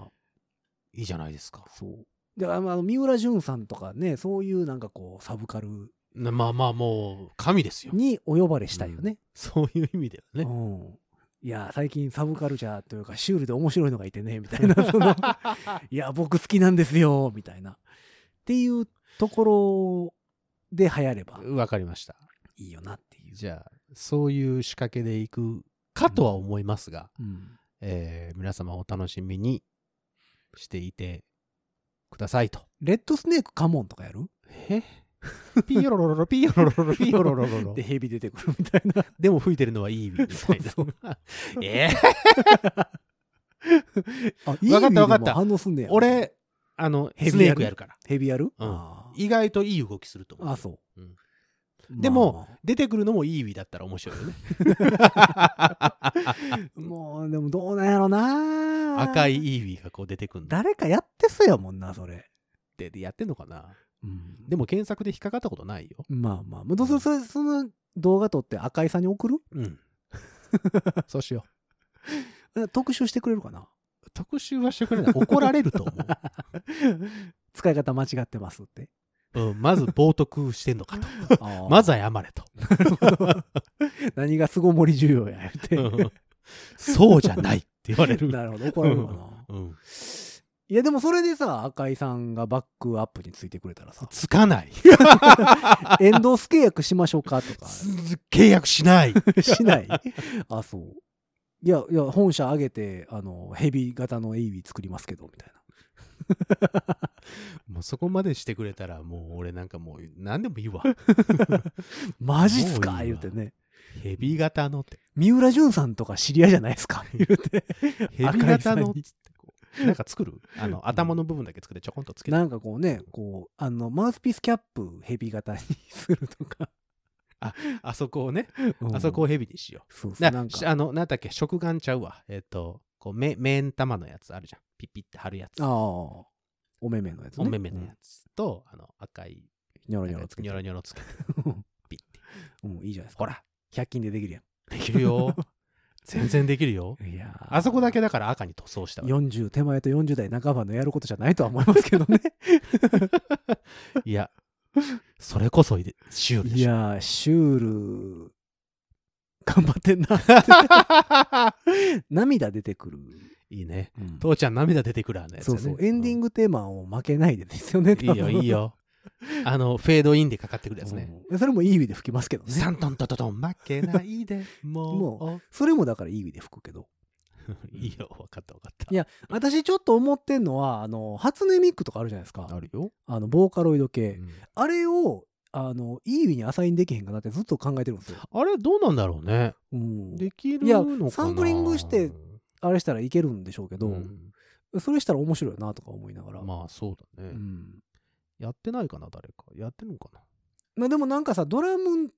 Speaker 3: いいじゃないですか。
Speaker 2: そう。で、あの、あの三浦淳さんとかね、そういうなんかこう、サブカル
Speaker 3: なまあまあ、もう、神ですよ。
Speaker 2: にお呼ばれしたいよね。
Speaker 3: そういう意味では
Speaker 2: う
Speaker 3: ね。
Speaker 2: ん。いや、最近サブカルチャーというか、シュールで面白いのがいてね、みたいな、そ の、いや、僕好きなんですよ、みたいな。っていうところで流行れば
Speaker 3: わかりました。
Speaker 2: いいよなっていう。
Speaker 3: じゃあ、そういう仕掛けでいくかとは思いますが、
Speaker 2: うん。
Speaker 3: えー皆様お楽しみにしていてくださいと。
Speaker 2: レッドスネークカモンとかやる
Speaker 3: えピヨロロロロピヨロロロロピヨロロロロ
Speaker 2: で、。ヘビ出てくるみたいな。
Speaker 3: でも吹いてるのはいいみたいな。 えー
Speaker 2: あ、いい
Speaker 3: わかったわか
Speaker 2: 意
Speaker 3: った
Speaker 2: 味でも反応すんねや。、
Speaker 3: 俺、あの、
Speaker 2: ヘビ
Speaker 3: スネー
Speaker 2: や
Speaker 3: ク
Speaker 2: る
Speaker 3: やるから。
Speaker 2: ヘビやる
Speaker 3: うん
Speaker 2: あー
Speaker 3: 意外といい動きすると思
Speaker 2: あ、
Speaker 3: う。
Speaker 2: そう
Speaker 3: うん。
Speaker 2: で
Speaker 3: でも、出てくるのもいい意味だったら面白いよ ね。
Speaker 2: もう、でもどうなんやろな
Speaker 3: 赤い。イービーがこう出てくるんだっ
Speaker 2: 誰かやってそうやもんな、それ。
Speaker 3: てやってんのかな
Speaker 2: うん
Speaker 3: でも検索で引っかかったことないよ。
Speaker 2: まあまあ。どうするそれその動画撮って赤井さんに送る
Speaker 3: うん。 そうしよう。
Speaker 2: 特集してくれるかな
Speaker 3: 特集はしてくれない。怒られると思
Speaker 2: 使い方間違ってますって。
Speaker 3: う。うん、まず冒涜してんのかと。 ま
Speaker 2: ま
Speaker 3: ず 謝れと。
Speaker 2: 何が凄盛り重要や
Speaker 3: う
Speaker 2: 言
Speaker 3: んそうじゃないって言われ
Speaker 2: うて。
Speaker 3: る。
Speaker 2: なるほど、怒られるかな。
Speaker 3: うん、、
Speaker 2: いや、でもそれでさ、赤井さんがバックアップについてくれたらさ
Speaker 3: つかない。
Speaker 2: 遠藤契約しましょうかとか、
Speaker 3: つ契約しない。
Speaker 2: しないあ、そう。いや、いや、本社上げて、あの、ヘビ型の AV 作りますけど、みたいな。
Speaker 3: もうそこまでしてくれたら、もう俺なんかもう何でも いいわ。
Speaker 2: マジっすか
Speaker 3: もういい
Speaker 2: 言う
Speaker 3: わ
Speaker 2: てね。
Speaker 3: ヘビ型のって。
Speaker 2: 三浦淳さんとか知り合いじゃ ないですか言うて。
Speaker 3: ヘビ型の
Speaker 2: 赤
Speaker 3: っ
Speaker 2: い
Speaker 3: つってこうなんか作るあの、頭の部分だけ作ってちょこんとつけて。
Speaker 2: なんかこうね、こう、あの、マウスピースキャップヘビ型にすると か。
Speaker 3: あそこをね、あそこをヘビにしよう。
Speaker 2: そうそう、
Speaker 3: な
Speaker 2: なん
Speaker 3: し
Speaker 2: か。
Speaker 3: あの、なんだっけ、食眼ちゃうわ。えっ、と、こう、め、目ん玉のやつあるじゃん。ピッピッて貼るやつ。
Speaker 2: ああ、おめめのやつ、ね。
Speaker 3: お目目のやつと、あの、赤い、
Speaker 2: うん。ニョロ
Speaker 3: ニ
Speaker 2: ニョロつけて。
Speaker 3: ョロニョロつけて、ピッて。
Speaker 2: うん、いいじゃないです
Speaker 3: ほ
Speaker 2: か。
Speaker 3: ら、
Speaker 2: 100均でできる
Speaker 3: できる よ。全然できるよ。
Speaker 2: やん。いやー
Speaker 3: あそこだけだから赤に塗装したわ。
Speaker 2: 40手前と40代半ばのやることじゃないとは思いますけどね。
Speaker 3: いや、それこそいでシュールで
Speaker 2: い
Speaker 3: しょ。
Speaker 2: やー、シュール、頑張ってん な。涙出てくる。
Speaker 3: いいね。
Speaker 2: うん
Speaker 3: 父ちゃん涙出てくるあのやつ、
Speaker 2: そ
Speaker 3: ね。
Speaker 2: うそう、エンディン
Speaker 3: グ。
Speaker 2: グテーマを負けないでですよね、
Speaker 3: いいよ、いいよ。あの、フェードインでかかってくるやつね。
Speaker 2: うん。それもいい意味で吹きますけどね。
Speaker 3: 三トントトトン負けないでも
Speaker 2: もそれもだからいい意味で吹くけど。
Speaker 3: う いいよ分かった分かった
Speaker 2: いや私ちょっと思ってんのは、あの、初音ミクとかあるじゃないですか。
Speaker 3: あるよ、
Speaker 2: あの、ボーカロイド系。
Speaker 3: うん
Speaker 2: あれを、あの、いい意味にアサインできへんかなってずっと考えてるんですよ。
Speaker 3: あれどうなんだろうね
Speaker 2: うん。
Speaker 3: できる
Speaker 2: いや
Speaker 3: のかな
Speaker 2: サンプリングしてあれしたらいけるんでしょうけど、
Speaker 3: うん
Speaker 2: それしたら面白いなとか思いながら。
Speaker 3: まあそうだね、
Speaker 2: うん
Speaker 3: やってないかな、誰か。やってるのかな。
Speaker 2: まあでもなんかさ、ドラム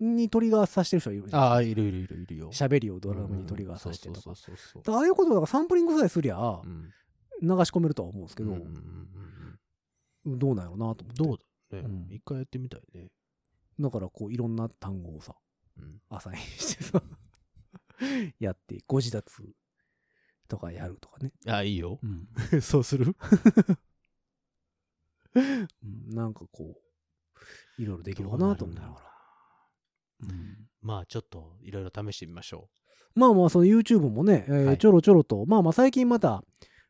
Speaker 2: にトリガーさしてる人はいるじゃん。
Speaker 3: ああ、いるいるいるいるよ。
Speaker 2: 喋りをドラムにトリガーさしてと
Speaker 3: そ
Speaker 2: か
Speaker 3: う。そうそうそう
Speaker 2: だからああいうことだからサンプリングさえすりゃ
Speaker 3: う、ん
Speaker 2: 流し込めるとは思うんですけど、
Speaker 3: うんうんうんうん
Speaker 2: どうなんやろうなと思って。
Speaker 3: どうだろう
Speaker 2: うん
Speaker 3: ね。一回やってみたいね。
Speaker 2: だからこういろんな単語をさ、
Speaker 3: うん
Speaker 2: アサインしてさ、 やって、ご自立とかやるとかね。
Speaker 3: ああ、いいよ。
Speaker 2: うん。
Speaker 3: そうする
Speaker 2: なんかこう、いろいろできるかなと思いながら。うん
Speaker 3: まあちょっといろいろ試してみましょ
Speaker 2: まあまあ、その YouTube もね、えー
Speaker 3: はい
Speaker 2: ちょろちょろと、まあまあ最近また、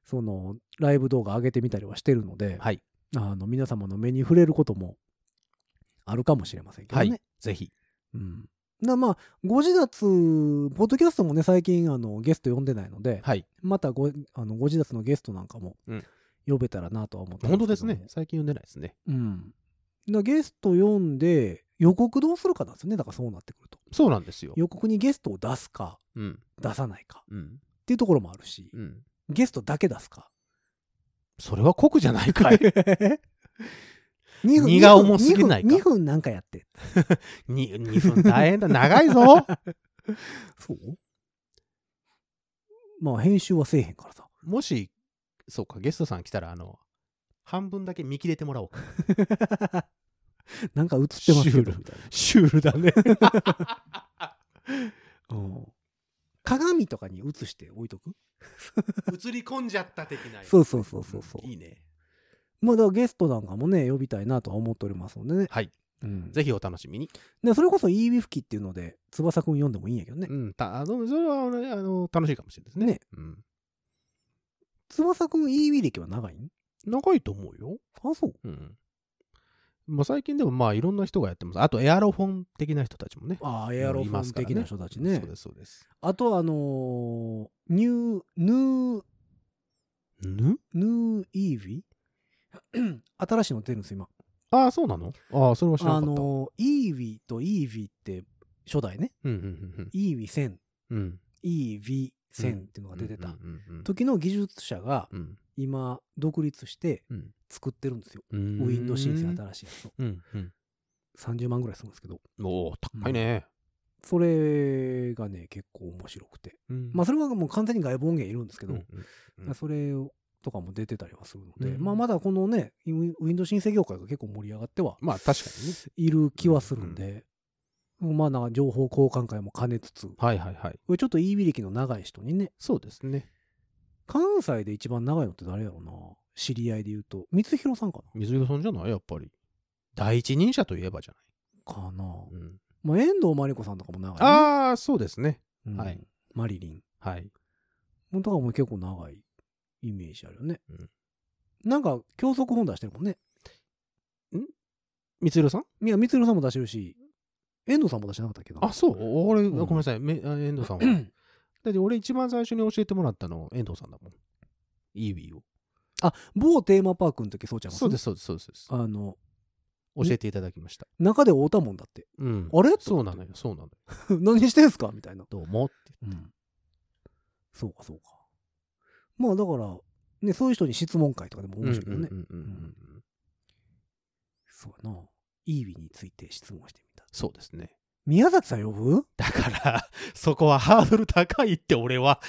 Speaker 2: その、ライブ動画上げてみたりはしてるので
Speaker 3: う。、はい。
Speaker 2: あの、皆様の目に触れることもあるかもしれませんけど
Speaker 3: は
Speaker 2: ね。
Speaker 3: い。ぜひ。
Speaker 2: うん。だまあ、ご自立、ポッドキャストもね、最近、あの、ゲスト呼んでないので、
Speaker 3: はい。
Speaker 2: またご、あの、ご自立のゲストなんかも
Speaker 3: うん、
Speaker 2: 呼べたらなとは思って
Speaker 3: 本当ですね。。最近読んでないですね。
Speaker 2: うん。だゲスト呼んで、予告どうするかなんですよね。だからそうなってくると。
Speaker 3: そうなんですよ。
Speaker 2: 予告にゲストを出すか、
Speaker 3: うん。
Speaker 2: 出さないかっ
Speaker 3: うん。
Speaker 2: ていうところもあるし、
Speaker 3: うん。
Speaker 2: ゲストだけ出すか。
Speaker 3: それは酷じゃないかい。
Speaker 2: 2
Speaker 3: 荷が重すぎないか
Speaker 2: 2分 ,2 分なんかやって。
Speaker 3: に2分大変だ。長いぞ。
Speaker 2: そうまあ、編集はせえへんからさ。
Speaker 3: もし、そうか、ゲストさん来たら、あの、半分だけ見切れてもらお うか。
Speaker 2: なんか映ってますけど、みたい
Speaker 3: シュールだね。
Speaker 2: な。うん鏡とかに映して置いとく
Speaker 3: 映り込んじゃった的な
Speaker 2: そうそうそうそうそう。
Speaker 3: いいね。
Speaker 2: まあ、だからゲストなんかもね、呼びたいなとは思っておりますのでね。
Speaker 3: はい。
Speaker 2: うん、
Speaker 3: ぜひお楽しみに。
Speaker 2: でそれこそ、イービフキっていうので、翼くん読んでもいいんやけどね
Speaker 3: う。ん。たあのそれは、ね、あの、楽しいかもしれないですね。
Speaker 2: ね
Speaker 3: うん。
Speaker 2: 翼くん、イービ歴は長いん
Speaker 3: 長いと思うよ。
Speaker 2: あ、そう。
Speaker 3: うん。まあ、最近でも、まあ、いろんな人がやってます。あと、エアロフォン的な人たちもね。
Speaker 2: ああ、エアロファン的な人たちね。
Speaker 3: そうです、そうです。
Speaker 2: あと、あのーニュー、ヌー、
Speaker 3: ぬ
Speaker 2: ヌーイー ビ新しいの出るんです、今。
Speaker 3: ああ、そうなのああ、それは知らな
Speaker 2: あ
Speaker 3: かった。
Speaker 2: のーイービとイービって、初代ね、
Speaker 3: うんうん
Speaker 2: イービ1000、
Speaker 3: うんうん。うん。
Speaker 2: イービ1000っていうのが出て
Speaker 3: う
Speaker 2: た
Speaker 3: んうんうんうん。
Speaker 2: 時の技術者が
Speaker 3: うん
Speaker 2: 今、独立して
Speaker 3: うん
Speaker 2: 作ってるんですよ。
Speaker 3: う
Speaker 2: ウ
Speaker 3: ん
Speaker 2: ィンドウ申請新しいやつを。
Speaker 3: うんうん。
Speaker 2: 30万ぐらいするんですけど、
Speaker 3: おお、高いね。
Speaker 2: それがね、結構面白くて。まあ、
Speaker 3: あ、
Speaker 2: それはもう完全に外部音源いるんですけ
Speaker 3: け
Speaker 2: ど、
Speaker 3: うん
Speaker 2: それとかも出てたりはするので、
Speaker 3: うん
Speaker 2: まあ、まだこのね、ウィウィンドウ申請業界が結構盛り上がっては
Speaker 3: まあ、確かにね。
Speaker 2: いる気はするんで、まあ、なんか情報交換会も兼ねつつ、
Speaker 3: はいはいはい。
Speaker 2: これちょっと言いびりきの長い人にね、
Speaker 3: そうですね。
Speaker 2: 関西で一番長いのって誰やろうな、知り合いで言うと、光弘さんか
Speaker 3: 水色さんじゃないやっぱり。第一人者といえばじゃ
Speaker 2: なかな。
Speaker 3: ない。うん
Speaker 2: まあ、遠藤真理子さんとかも長い、ね。
Speaker 3: ああ、そうですね。
Speaker 2: うん
Speaker 3: はい
Speaker 2: マリリン。
Speaker 3: はい。
Speaker 2: とかも結構長いイメージあるよね。
Speaker 3: うん
Speaker 2: なんか、教則本出してるもんね。
Speaker 3: 水色さん
Speaker 2: いや、光弘さんも出してるし、遠藤さんも出してなかったっけど。
Speaker 3: あ、そう。俺、
Speaker 2: ん
Speaker 3: ごめんなさい。めあ遠藤さん は。だって俺一番最初に教えてもらったの遠藤さんだもん。イービーを。
Speaker 2: あ、某テーマパークの時そうちゃいます
Speaker 3: そうです、そうです、そうです。
Speaker 2: あの、
Speaker 3: 教えていただきました。
Speaker 2: 中で会うたもんだって。
Speaker 3: うん。
Speaker 2: あれ
Speaker 3: そうなのよ、そうなのよ。
Speaker 2: 何してんすかみたいな。
Speaker 3: どうもって。
Speaker 2: うん。そうか、そうか。まあ、だから、ね、そういう人に質問会とかでも面白いけどね。
Speaker 3: うんうんうんうんうん
Speaker 2: そうやな。イービについて質問してみた。
Speaker 3: そうですね。
Speaker 2: 宮崎さん呼ぶ
Speaker 3: だから、そこはハードル高いって俺は。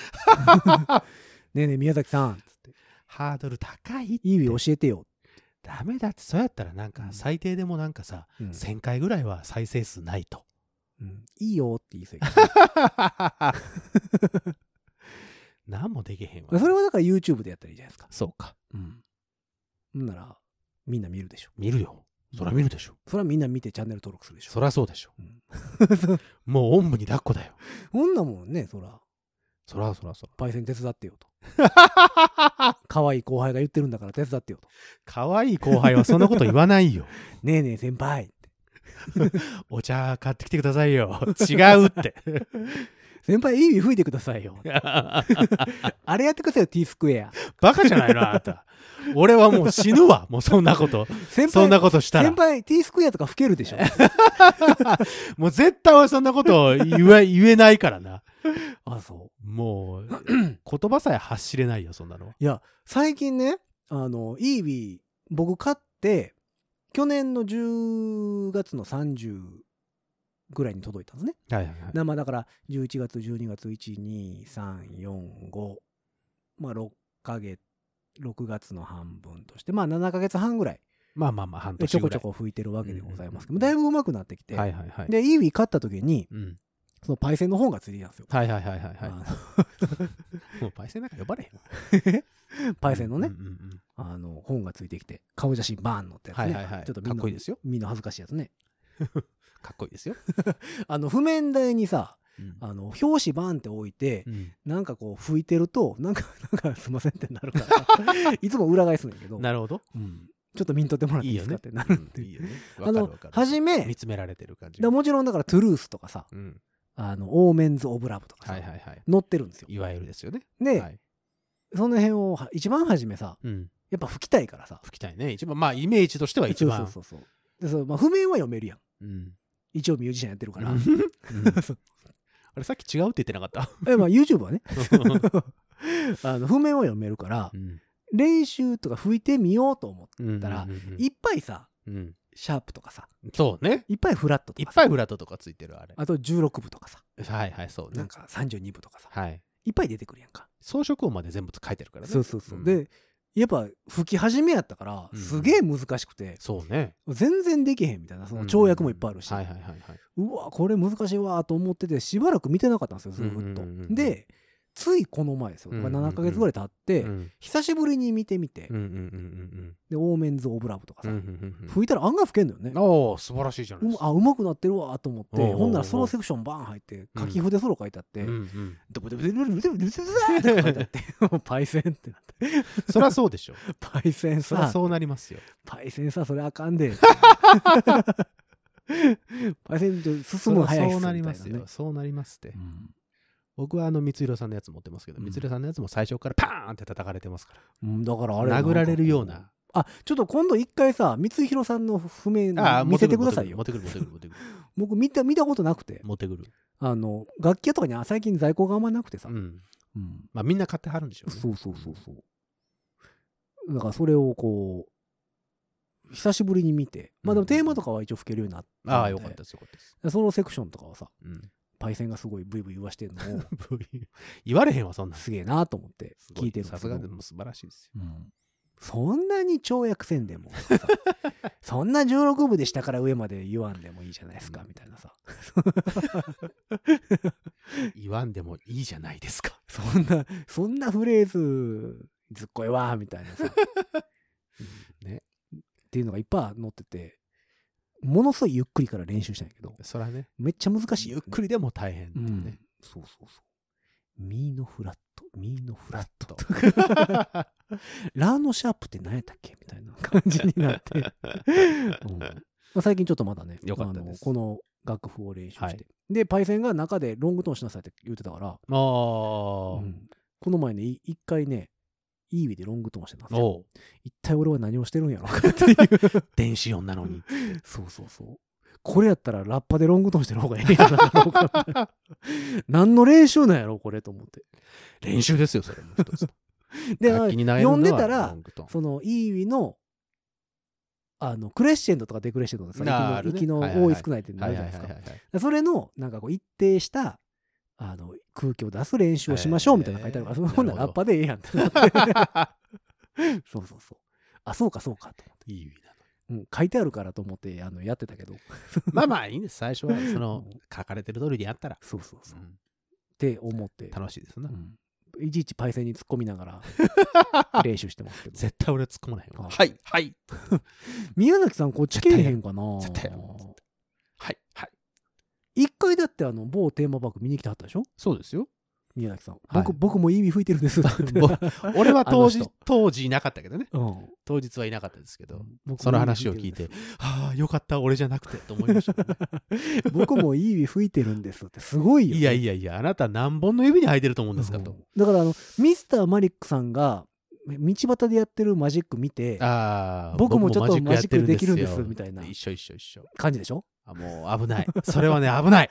Speaker 2: ねえねえ、宮崎さん。つって。
Speaker 3: ハードル高いって
Speaker 2: イービ教えてよ。
Speaker 3: ダメだって、そうやったらなん
Speaker 2: う
Speaker 3: か
Speaker 2: ん
Speaker 3: 最低でもなんかさ、
Speaker 2: うん
Speaker 3: 1000回ぐらいは再生数ない と。
Speaker 2: うんいいよって言いそうやけ
Speaker 3: 何もできへん
Speaker 2: ど
Speaker 3: わ。
Speaker 2: それはだから YouTube でやったらいいじゃないですか。
Speaker 3: そうか。
Speaker 2: うん。ほんなら、みんな見るでしょ。
Speaker 3: 見るよ。そら見るでしょ。
Speaker 2: それはみんな見てチャンネル登録するでしょ。
Speaker 3: そらそうでしょ。
Speaker 2: うん
Speaker 3: もうおんぶに抱っこだよ。
Speaker 2: そんなもんね、そら、
Speaker 3: そらそらそら。
Speaker 2: パイセン手伝ってよと。可愛い後輩が言ってるんだから手伝ってよと。
Speaker 3: 可愛い後輩はそんなこと言わな いよ。
Speaker 2: ねえねえ先輩って。
Speaker 3: お茶買ってきてくださいよ。違 うって。
Speaker 2: 先輩、いい吹いてください よ。あれやってくださいよ、T スクエア。
Speaker 3: バカじゃないのあなた。俺はもう死ぬわ。もうそんなこと。
Speaker 2: 先
Speaker 3: そんな
Speaker 2: 輩、
Speaker 3: ことしたら
Speaker 2: 先。輩、T スクエアとか吹けるでしょ。
Speaker 3: もう絶対俺そんなこと言え言えないからな。
Speaker 2: あ、そう。
Speaker 3: もう、言葉さえ発しれないよ、そんなのは。
Speaker 2: いや、最近ね、あの、イービー、僕買って、去年の10月の30ぐらいに届いたんですね。
Speaker 3: はいはいはい。
Speaker 2: なまあだから、11月、12月、1、2、3、4、5、まあ6ヶ月、6月の半分として、まあ7ヶ月半ぐらい、
Speaker 3: まあまあまあ、半年
Speaker 2: ちょ
Speaker 3: ぐ
Speaker 2: こ
Speaker 3: らい。
Speaker 2: ちょこ吹いてるわけでございますけ
Speaker 3: うん
Speaker 2: ど、だいぶ上手くなってきて、
Speaker 3: はいはいはい。
Speaker 2: で、イービー買った時に、
Speaker 3: うん。
Speaker 2: そのパイセンの本がついてきたんですよ。
Speaker 3: はいはいはいはいはい。
Speaker 2: あ
Speaker 3: もうパイセンなんか呼ばれへんわ。
Speaker 2: の パイセンのね、
Speaker 3: うんうんうん
Speaker 2: あの、本がついてきて、顔写真バーンのってやつね。
Speaker 3: はいはいはい。
Speaker 2: ちょっとみん
Speaker 3: か
Speaker 2: な
Speaker 3: っこいいですよ。
Speaker 2: みんな恥ずかしいやつね。
Speaker 3: かっこいいですよ。
Speaker 2: あの、譜面台にさ、
Speaker 3: うん
Speaker 2: あの、表紙バーンって置いて、
Speaker 3: うん
Speaker 2: なんかこう拭いてると、なんか、 なんかすいませんってなる から、いつも裏返すんだけど、
Speaker 3: なるほど。
Speaker 2: うんちょっとミントってもらっていいですかってなるんで。
Speaker 3: いいよね。わ
Speaker 2: あ
Speaker 3: かるわ
Speaker 2: の
Speaker 3: か、る。
Speaker 2: 初め、
Speaker 3: 見つめられてる感じ
Speaker 2: だ
Speaker 3: が。
Speaker 2: もちろんだからトゥルースとかさ、
Speaker 3: うん。
Speaker 2: あの、オーメンズ・オブ・ラブとかさ、
Speaker 3: はいはいはい。
Speaker 2: 載ってるんですよ。
Speaker 3: いわゆるですよね。
Speaker 2: で、
Speaker 3: はい。
Speaker 2: その辺をは一番初めさ、
Speaker 3: うん。
Speaker 2: やっぱ吹きたいからさ、
Speaker 3: 吹きたいね。一番、まあ、イメージとしては一番。
Speaker 2: そうそうそうそう。でそうまあ、譜面は読めるやん。
Speaker 3: うん。
Speaker 2: 一応ミュージシャンやってるから。
Speaker 3: うんうんあれ、さっき違うって言ってなかった。
Speaker 2: えまあ、YouTube はね、あの譜面は読めるから、
Speaker 3: うん
Speaker 2: 練習とか吹いてみようと思って、
Speaker 3: うん
Speaker 2: たら
Speaker 3: うんうんうん
Speaker 2: いっぱいさ、
Speaker 3: うん
Speaker 2: シャープとかさ、
Speaker 3: そうね。
Speaker 2: いっぱいフラットと
Speaker 3: いっ
Speaker 2: かさ、
Speaker 3: ぱいフラットとかついてる、あれ。
Speaker 2: あと16部とかさ、
Speaker 3: はいはい、そう
Speaker 2: な
Speaker 3: ね
Speaker 2: ん。か32部とかさ、
Speaker 3: はい。
Speaker 2: いっぱい出てくるやんか。
Speaker 3: 装飾音まで全部書いてるからね。
Speaker 2: そうそうそう。
Speaker 3: ん、
Speaker 2: で、やっぱ吹き始めやったから、
Speaker 3: うん
Speaker 2: すげえ難しくて、
Speaker 3: そうね。
Speaker 2: 全然できへんみたいな、その跳躍もいっぱいあるし、
Speaker 3: はいはいはいはい。
Speaker 2: うわ、これ難しいわと思ってて、しばらく見てなかったんですよ、ずーっと。
Speaker 3: うんうんうんうん
Speaker 2: で、ついこの前ですよ、
Speaker 3: うんうんうん
Speaker 2: 7ヶ月ぐらい経って、
Speaker 3: うん
Speaker 2: 久しぶりに見てみて、
Speaker 3: うんうんうん
Speaker 2: で、オーメンズ・オブ・ラブとか
Speaker 3: うんう
Speaker 2: さ、
Speaker 3: んうんうん
Speaker 2: 吹いたら案外吹けんのよね
Speaker 3: うん。。おお、素晴らしいじゃないう
Speaker 2: ま
Speaker 3: で
Speaker 2: す
Speaker 3: か。
Speaker 2: あ、うまくなってるわと思って、
Speaker 3: おうおうおう
Speaker 2: ほんならソロセクションバーン入って、書き筆ソロ書いてあって
Speaker 3: うん、うん
Speaker 2: ドブドブドブドブドブドブドブドブって書いてあって、もうパイセンってなって、
Speaker 3: そりゃそうでしょ。
Speaker 2: パイセン
Speaker 3: そりゃ
Speaker 2: さ、
Speaker 3: そうなりますよ。
Speaker 2: パイセンさ、それあかんで。パイセンちょっと進むの
Speaker 3: そり
Speaker 2: 早
Speaker 3: ゃ
Speaker 2: いっす
Speaker 3: そう
Speaker 2: みた
Speaker 3: ないり
Speaker 2: な、
Speaker 3: ま
Speaker 2: ね、
Speaker 3: すよ。そうなりますって
Speaker 2: う。ん。
Speaker 3: 僕はあの、光弘さんのやつ持ってますけど、
Speaker 2: うん
Speaker 3: 光弘さんのやつも最初からパーンって叩かれてますか
Speaker 2: うん。だからあれ
Speaker 3: ら。殴られるようん
Speaker 2: か
Speaker 3: な。
Speaker 2: こう。あ、ちょっと今度一回さ、光弘さんの譜面
Speaker 3: ああ、
Speaker 2: 見せてくださいよ
Speaker 3: 持。ってくる、持ってくる、持ってくる。
Speaker 2: 僕見た、見たことなくて、
Speaker 3: 持ってくる。持ってくる
Speaker 2: あの、楽器屋とかに最近在庫があんまなくて さ
Speaker 3: う、ん。
Speaker 2: うん。
Speaker 3: まあ、みんな買ってはるんでしょうね。
Speaker 2: そうそうそうそう。だからそれをこう、久しぶりに見て、まあでもテーマとかは一応吹けるようになったん
Speaker 3: ああ、よかったです、よかったです。
Speaker 2: た。そのセクションとかはさ、
Speaker 3: うん。
Speaker 2: パイセンがすごいブイブイ言わしてるのを、
Speaker 3: 言われへんわ、そんなん。
Speaker 2: すげえなと思って
Speaker 3: すご
Speaker 2: 聞いてるんで
Speaker 3: さ
Speaker 2: すけ
Speaker 3: す
Speaker 2: ど
Speaker 3: がでも素晴らしいですよ。
Speaker 2: うんそんなに跳躍せん でもとかさそんな16部で下から上まで言わんでもいいじゃないですか、
Speaker 3: うん
Speaker 2: みたいなさ。
Speaker 3: 言わんでもいいじゃないですか。
Speaker 2: そんな、そんなフレーズ、ずっこいわ、みたいなさ。
Speaker 3: ね
Speaker 2: っていうのがいっぱい載ってて、ものすごいゆっくりから練習したんやけど、
Speaker 3: そらね、
Speaker 2: めっちゃ難しい、
Speaker 3: ゆっくりでも大変って
Speaker 2: う
Speaker 3: いうんね。
Speaker 2: そうそうそう。ミーのフラット、ミーのフラット。 ラーのシャープって何やったっけみたいな感じになって。うんまあ、最近ちょっとまだね、
Speaker 3: よかったです
Speaker 2: あのこの楽譜を練習して。
Speaker 3: はい
Speaker 2: で、パイセンが中でロングトーンしなさいって言ってたから、
Speaker 3: ああ、
Speaker 2: うんこの前ね、い一回ね、いい意味でロングトーンしてたんですよ。
Speaker 3: おう
Speaker 2: 一体俺は何をしてるんやろう かっていう。
Speaker 3: 電子音なのに。
Speaker 2: そうそうそう。これやったらラッパでロングトーンしてる方がいいんやなろうかみたいな。何の練習なんやろ、これと思って。
Speaker 3: 練習 ですよ、それも一つ。
Speaker 2: で、
Speaker 3: 楽器に投げるの
Speaker 2: 読
Speaker 3: は
Speaker 2: んでたら
Speaker 3: ロン、グトーン
Speaker 2: そのイーウィの、あの、クレッシェンドとかデクレッシェンドとか
Speaker 3: あ
Speaker 2: さ
Speaker 3: ー、あるね
Speaker 2: 息の
Speaker 3: はい
Speaker 2: 息の
Speaker 3: はいは
Speaker 2: 多
Speaker 3: い
Speaker 2: い少ないってな
Speaker 3: は
Speaker 2: る
Speaker 3: い
Speaker 2: じゃ
Speaker 3: は
Speaker 2: ないいで
Speaker 3: は
Speaker 2: す
Speaker 3: い
Speaker 2: か
Speaker 3: は。い。
Speaker 2: でそれの、なんかこう、一定した、あの、空気を出す練習をしましょうみたいなの書いてあるから、
Speaker 3: えー
Speaker 2: そんな
Speaker 3: な
Speaker 2: ラ
Speaker 3: るほど
Speaker 2: ッパでええ やんってなって。そうそうそう。あ、そうかそうかと思って。
Speaker 3: いい意味だな
Speaker 2: うん、書いてあるからと思って、あの、やってたけど。
Speaker 3: まあまあいいんです、最初は。その、書かれてる通りでやったら。
Speaker 2: そうそうそう。
Speaker 3: う
Speaker 2: っ
Speaker 3: ん
Speaker 2: て思って、
Speaker 3: 楽しいですな
Speaker 2: う。んいちいちパイセンに突っ込みながら練習してますけど。
Speaker 3: 絶対俺は突っ込まない
Speaker 2: あ
Speaker 3: よ。はい、はい、
Speaker 2: 宮崎さん、こっち来えへんかな
Speaker 3: 絶対やろ絶はい、はい。
Speaker 2: 一回だってあの某テーマパーク見に来てはったでしょ
Speaker 3: そうですよ。
Speaker 2: 宮崎さん、
Speaker 3: はい
Speaker 2: 僕僕も指吹いてるん ですって言って
Speaker 3: 俺は当時
Speaker 2: あの人、
Speaker 3: 当時いなかったけどね。
Speaker 2: うん
Speaker 3: 当日はいなかったですけど、
Speaker 2: 僕も
Speaker 3: その話を聞いて、はあ、よかった、俺じゃなくて、と思いましたけどね、
Speaker 2: 僕も指吹いてるんですってす ごいよ、
Speaker 3: いやいやいや、あなた何本の指に入ってると思うんですかと。
Speaker 2: うんだからあのミスターマリックさんが道端でやってるマジック見て
Speaker 3: ああ、
Speaker 2: 僕もちょっと
Speaker 3: やて
Speaker 2: マジックできるんですみたいな
Speaker 3: 一緒一緒一緒。
Speaker 2: 感じでしょ
Speaker 3: あもう危ない。それはね、危ない。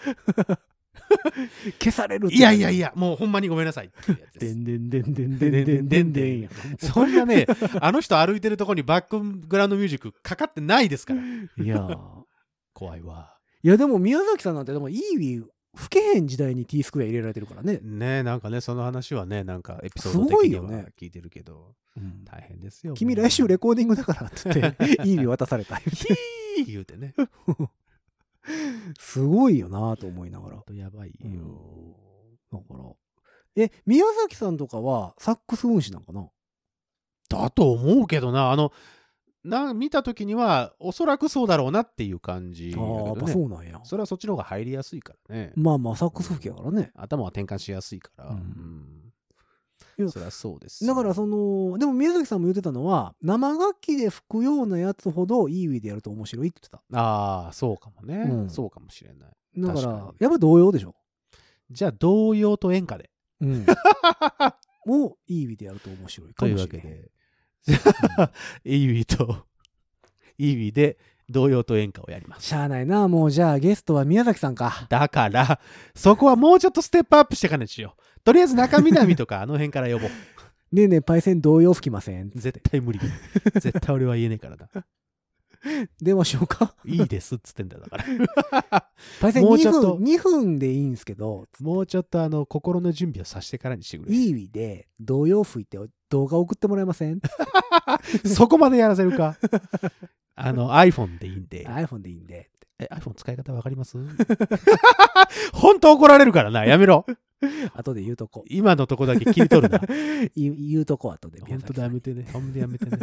Speaker 2: 消される
Speaker 3: いやいやい
Speaker 2: や。
Speaker 3: や、もうほんまにごめんなさいっていうやつで。
Speaker 2: ですんでんでんでんでんでんでんでんや。
Speaker 3: そんなね、あの人歩いてるとこにバックグラウンドミュージックかかってないです から。
Speaker 2: いやー。
Speaker 3: 怖いわ。
Speaker 2: いやでも宮崎さんなんてでもイービー吹けへん時代に T スクエア入れられてるからね。
Speaker 3: ねなんかね、その話はね、なんかエピソー
Speaker 2: す
Speaker 3: ド
Speaker 2: ご
Speaker 3: 的
Speaker 2: い
Speaker 3: に
Speaker 2: よ
Speaker 3: は
Speaker 2: ね
Speaker 3: 聞いてるけど、大変ですよ。
Speaker 2: 君来週レコーディングだからって言 ってイービー渡された。
Speaker 3: ヒー言うてね。
Speaker 2: すごいよなと思いながら。だ
Speaker 3: ほんとやばいよ。
Speaker 2: から。え、宮崎さんとかはサックス運指なんかな
Speaker 3: だと思うけどな、あの、な見た時には、おそらくそうだろうなっていう感じだけ
Speaker 2: ああ、や
Speaker 3: ど
Speaker 2: っぱ
Speaker 3: ね。
Speaker 2: そうなんや。
Speaker 3: それはそっちの方が入りやすいからね。
Speaker 2: まあまあ、サックス吹きやからね。
Speaker 3: 頭は転換しやすいから。
Speaker 2: う
Speaker 3: うんん
Speaker 2: いや
Speaker 3: そりゃそうですよ。
Speaker 2: だからその、でも宮崎さんも言ってたのは、生楽器で吹くようなやつほどイービーでやると面白いって言って
Speaker 3: ああ、そうかもね、
Speaker 2: うん
Speaker 3: そうかもしれない。
Speaker 2: た。だから、
Speaker 3: 確かに
Speaker 2: やっぱ同様でしょ。
Speaker 3: じゃあ、同様と演歌で。
Speaker 2: うん。をイービーでやると面白いか
Speaker 3: とい
Speaker 2: も
Speaker 3: うわ
Speaker 2: しれ
Speaker 3: け
Speaker 2: ない。
Speaker 3: で、じゃあ、 イービーと、イービーで同様と演歌をやります。
Speaker 2: しゃあないな、もうじゃあゲストは宮崎さんか。
Speaker 3: だから、そこはもうちょっとステップアップしてかねしよう。とりあえず中南とかあの辺から呼ぼう。
Speaker 2: ねえねえ、パイセン同様吹きません。
Speaker 3: 絶対無理。絶対俺は言えねえからな。
Speaker 2: 電話しよう か。
Speaker 3: いいですっつってんだよだから。
Speaker 2: パイセン
Speaker 3: もうち
Speaker 2: 2
Speaker 3: ょっと
Speaker 2: 分、2分でいいんすけど、
Speaker 3: もうちょっとあの、心の準備をさせてからにしてくれ。
Speaker 2: イービーで同様吹いて動画送ってもらえません
Speaker 3: そこまでやらせるか。あの、iPhone でいいんで。
Speaker 2: ?iPhone でいいんで。
Speaker 3: え、iPhone 使い方わかります本当怒られるからな。やめろ。
Speaker 2: 後で言うとこ。
Speaker 3: 今のとこだけ切り取るな。
Speaker 2: 言う言うとこ後で宮
Speaker 3: 本当
Speaker 2: 崎
Speaker 3: だ
Speaker 2: さ
Speaker 3: や
Speaker 2: んに
Speaker 3: めてね。本当やめてね。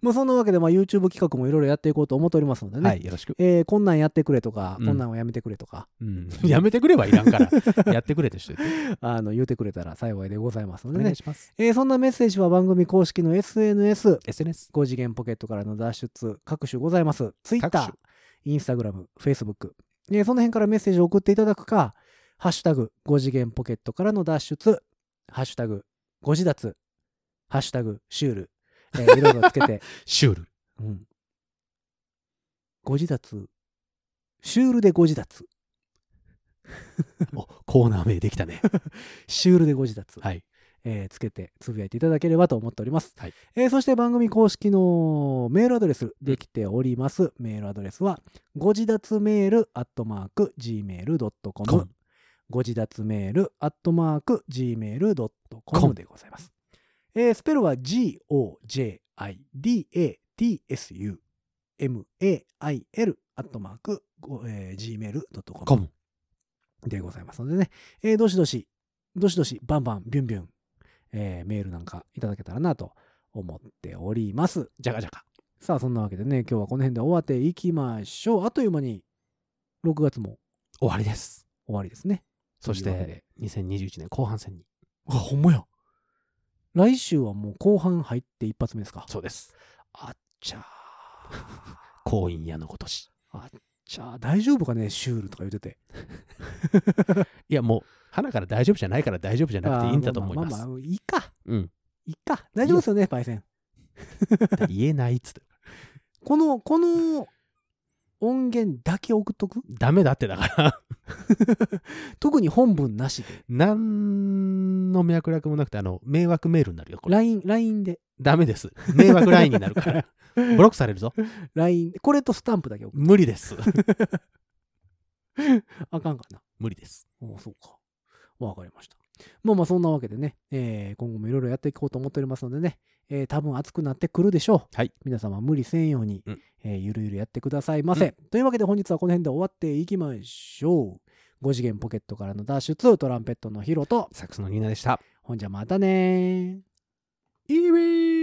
Speaker 2: まあそんなわけで、まあ、YouTube 企画もいろいろやっていこうと思っておりますのでね、
Speaker 3: はい、よろしく。
Speaker 2: えーこんなんやってくれとか、
Speaker 3: うん
Speaker 2: こんなんをやめてくれとか
Speaker 3: うん。やめてくれはいらんから。やってくれとしといて。
Speaker 2: あの言うてくれたら幸いでございますの
Speaker 3: お
Speaker 2: で
Speaker 3: 願
Speaker 2: ね
Speaker 3: い、します。
Speaker 2: えーそんなメッセージは番組公式の SNS5
Speaker 3: SNS。
Speaker 2: 次元ポケットからの脱出各種ございます Twitter
Speaker 3: 各、
Speaker 2: Instagram、Facebook、えーその辺からメッセージを送っていただくか「ハッシュタグ #5 次元ポケットからの脱出」「ハッシュタグ #5 次脱」「ハッシュタグシュール」えーいろいろつけて
Speaker 3: シュール。
Speaker 2: うん。ご自立。シュールでご自立。
Speaker 3: お、コーナー名でき たね。
Speaker 2: シュールでご自立。
Speaker 3: はい。
Speaker 2: えーつけてつぶやいていただければと思っております。
Speaker 3: はい
Speaker 2: えーそして番組公式のメールアドレスできております。メールアドレスは、ご自立メールアットマーク
Speaker 3: com
Speaker 2: gmail.com。ご自立メールアットマーク gmail.com
Speaker 3: com
Speaker 2: でございます。えースペルは g-o-j-i-d-a-t-s-u mail アットマーク、ごえー gmail.com
Speaker 3: コム。
Speaker 2: でございますのでね、えーどしどし、どしどし、バンバン、ビュンビュン、えーメールなんかいただけたらなと思っております。
Speaker 3: じゃがじゃが。
Speaker 2: さあ、そんなわけでね、今日はこの辺で終わっていきましょう。あっという間に、6月も
Speaker 3: 終わりです。
Speaker 2: 終わりですね。
Speaker 3: そし
Speaker 2: というわけ
Speaker 3: て
Speaker 2: で、
Speaker 3: 2021年後半戦に。
Speaker 2: あ、ほんまや。来週はもう後半入って一発目ですか。
Speaker 3: そうです。
Speaker 2: あっちゃー。
Speaker 3: 婚姻屋の今年。
Speaker 2: じゃあ、大丈夫かね、シュールとか言ってて。
Speaker 3: いや、もう、花から大丈夫じゃないから大丈夫じゃなくていいんだと思いま
Speaker 2: あーあ
Speaker 3: す。
Speaker 2: ああいいか。
Speaker 3: うん。
Speaker 2: いいか。大丈夫ですよね、パイセン。
Speaker 3: だって言えないっつって。
Speaker 2: この、この音源だけ送っとく
Speaker 3: ダメだってだから。
Speaker 2: 特に本文なしで。
Speaker 3: なんの脈絡もなくて、あの、迷惑メールになるよ、これ。
Speaker 2: LINE、LINE で。
Speaker 3: ダメです。迷惑ラインになる から。ブロックされるぞ。
Speaker 2: LINE、これとスタンプだけ送る。
Speaker 3: 無理です。
Speaker 2: あかんかな。
Speaker 3: 無理です。
Speaker 2: おそうか。わかりました。まあまあそんなわけでね、えー今後もいろいろやっていこうと思っておりますのでね、えー多分暑くなってくるでしょう。
Speaker 3: はい
Speaker 2: 皆様無理せんように、
Speaker 3: うん
Speaker 2: えーゆるゆるやってくださいませ。というわけで本日はこの辺で終わっていきましょう。5次元ポケットからの脱出、トランペットのヒロと、
Speaker 3: サックスのニーナでした。
Speaker 2: ほんじゃまたねー。
Speaker 3: イービー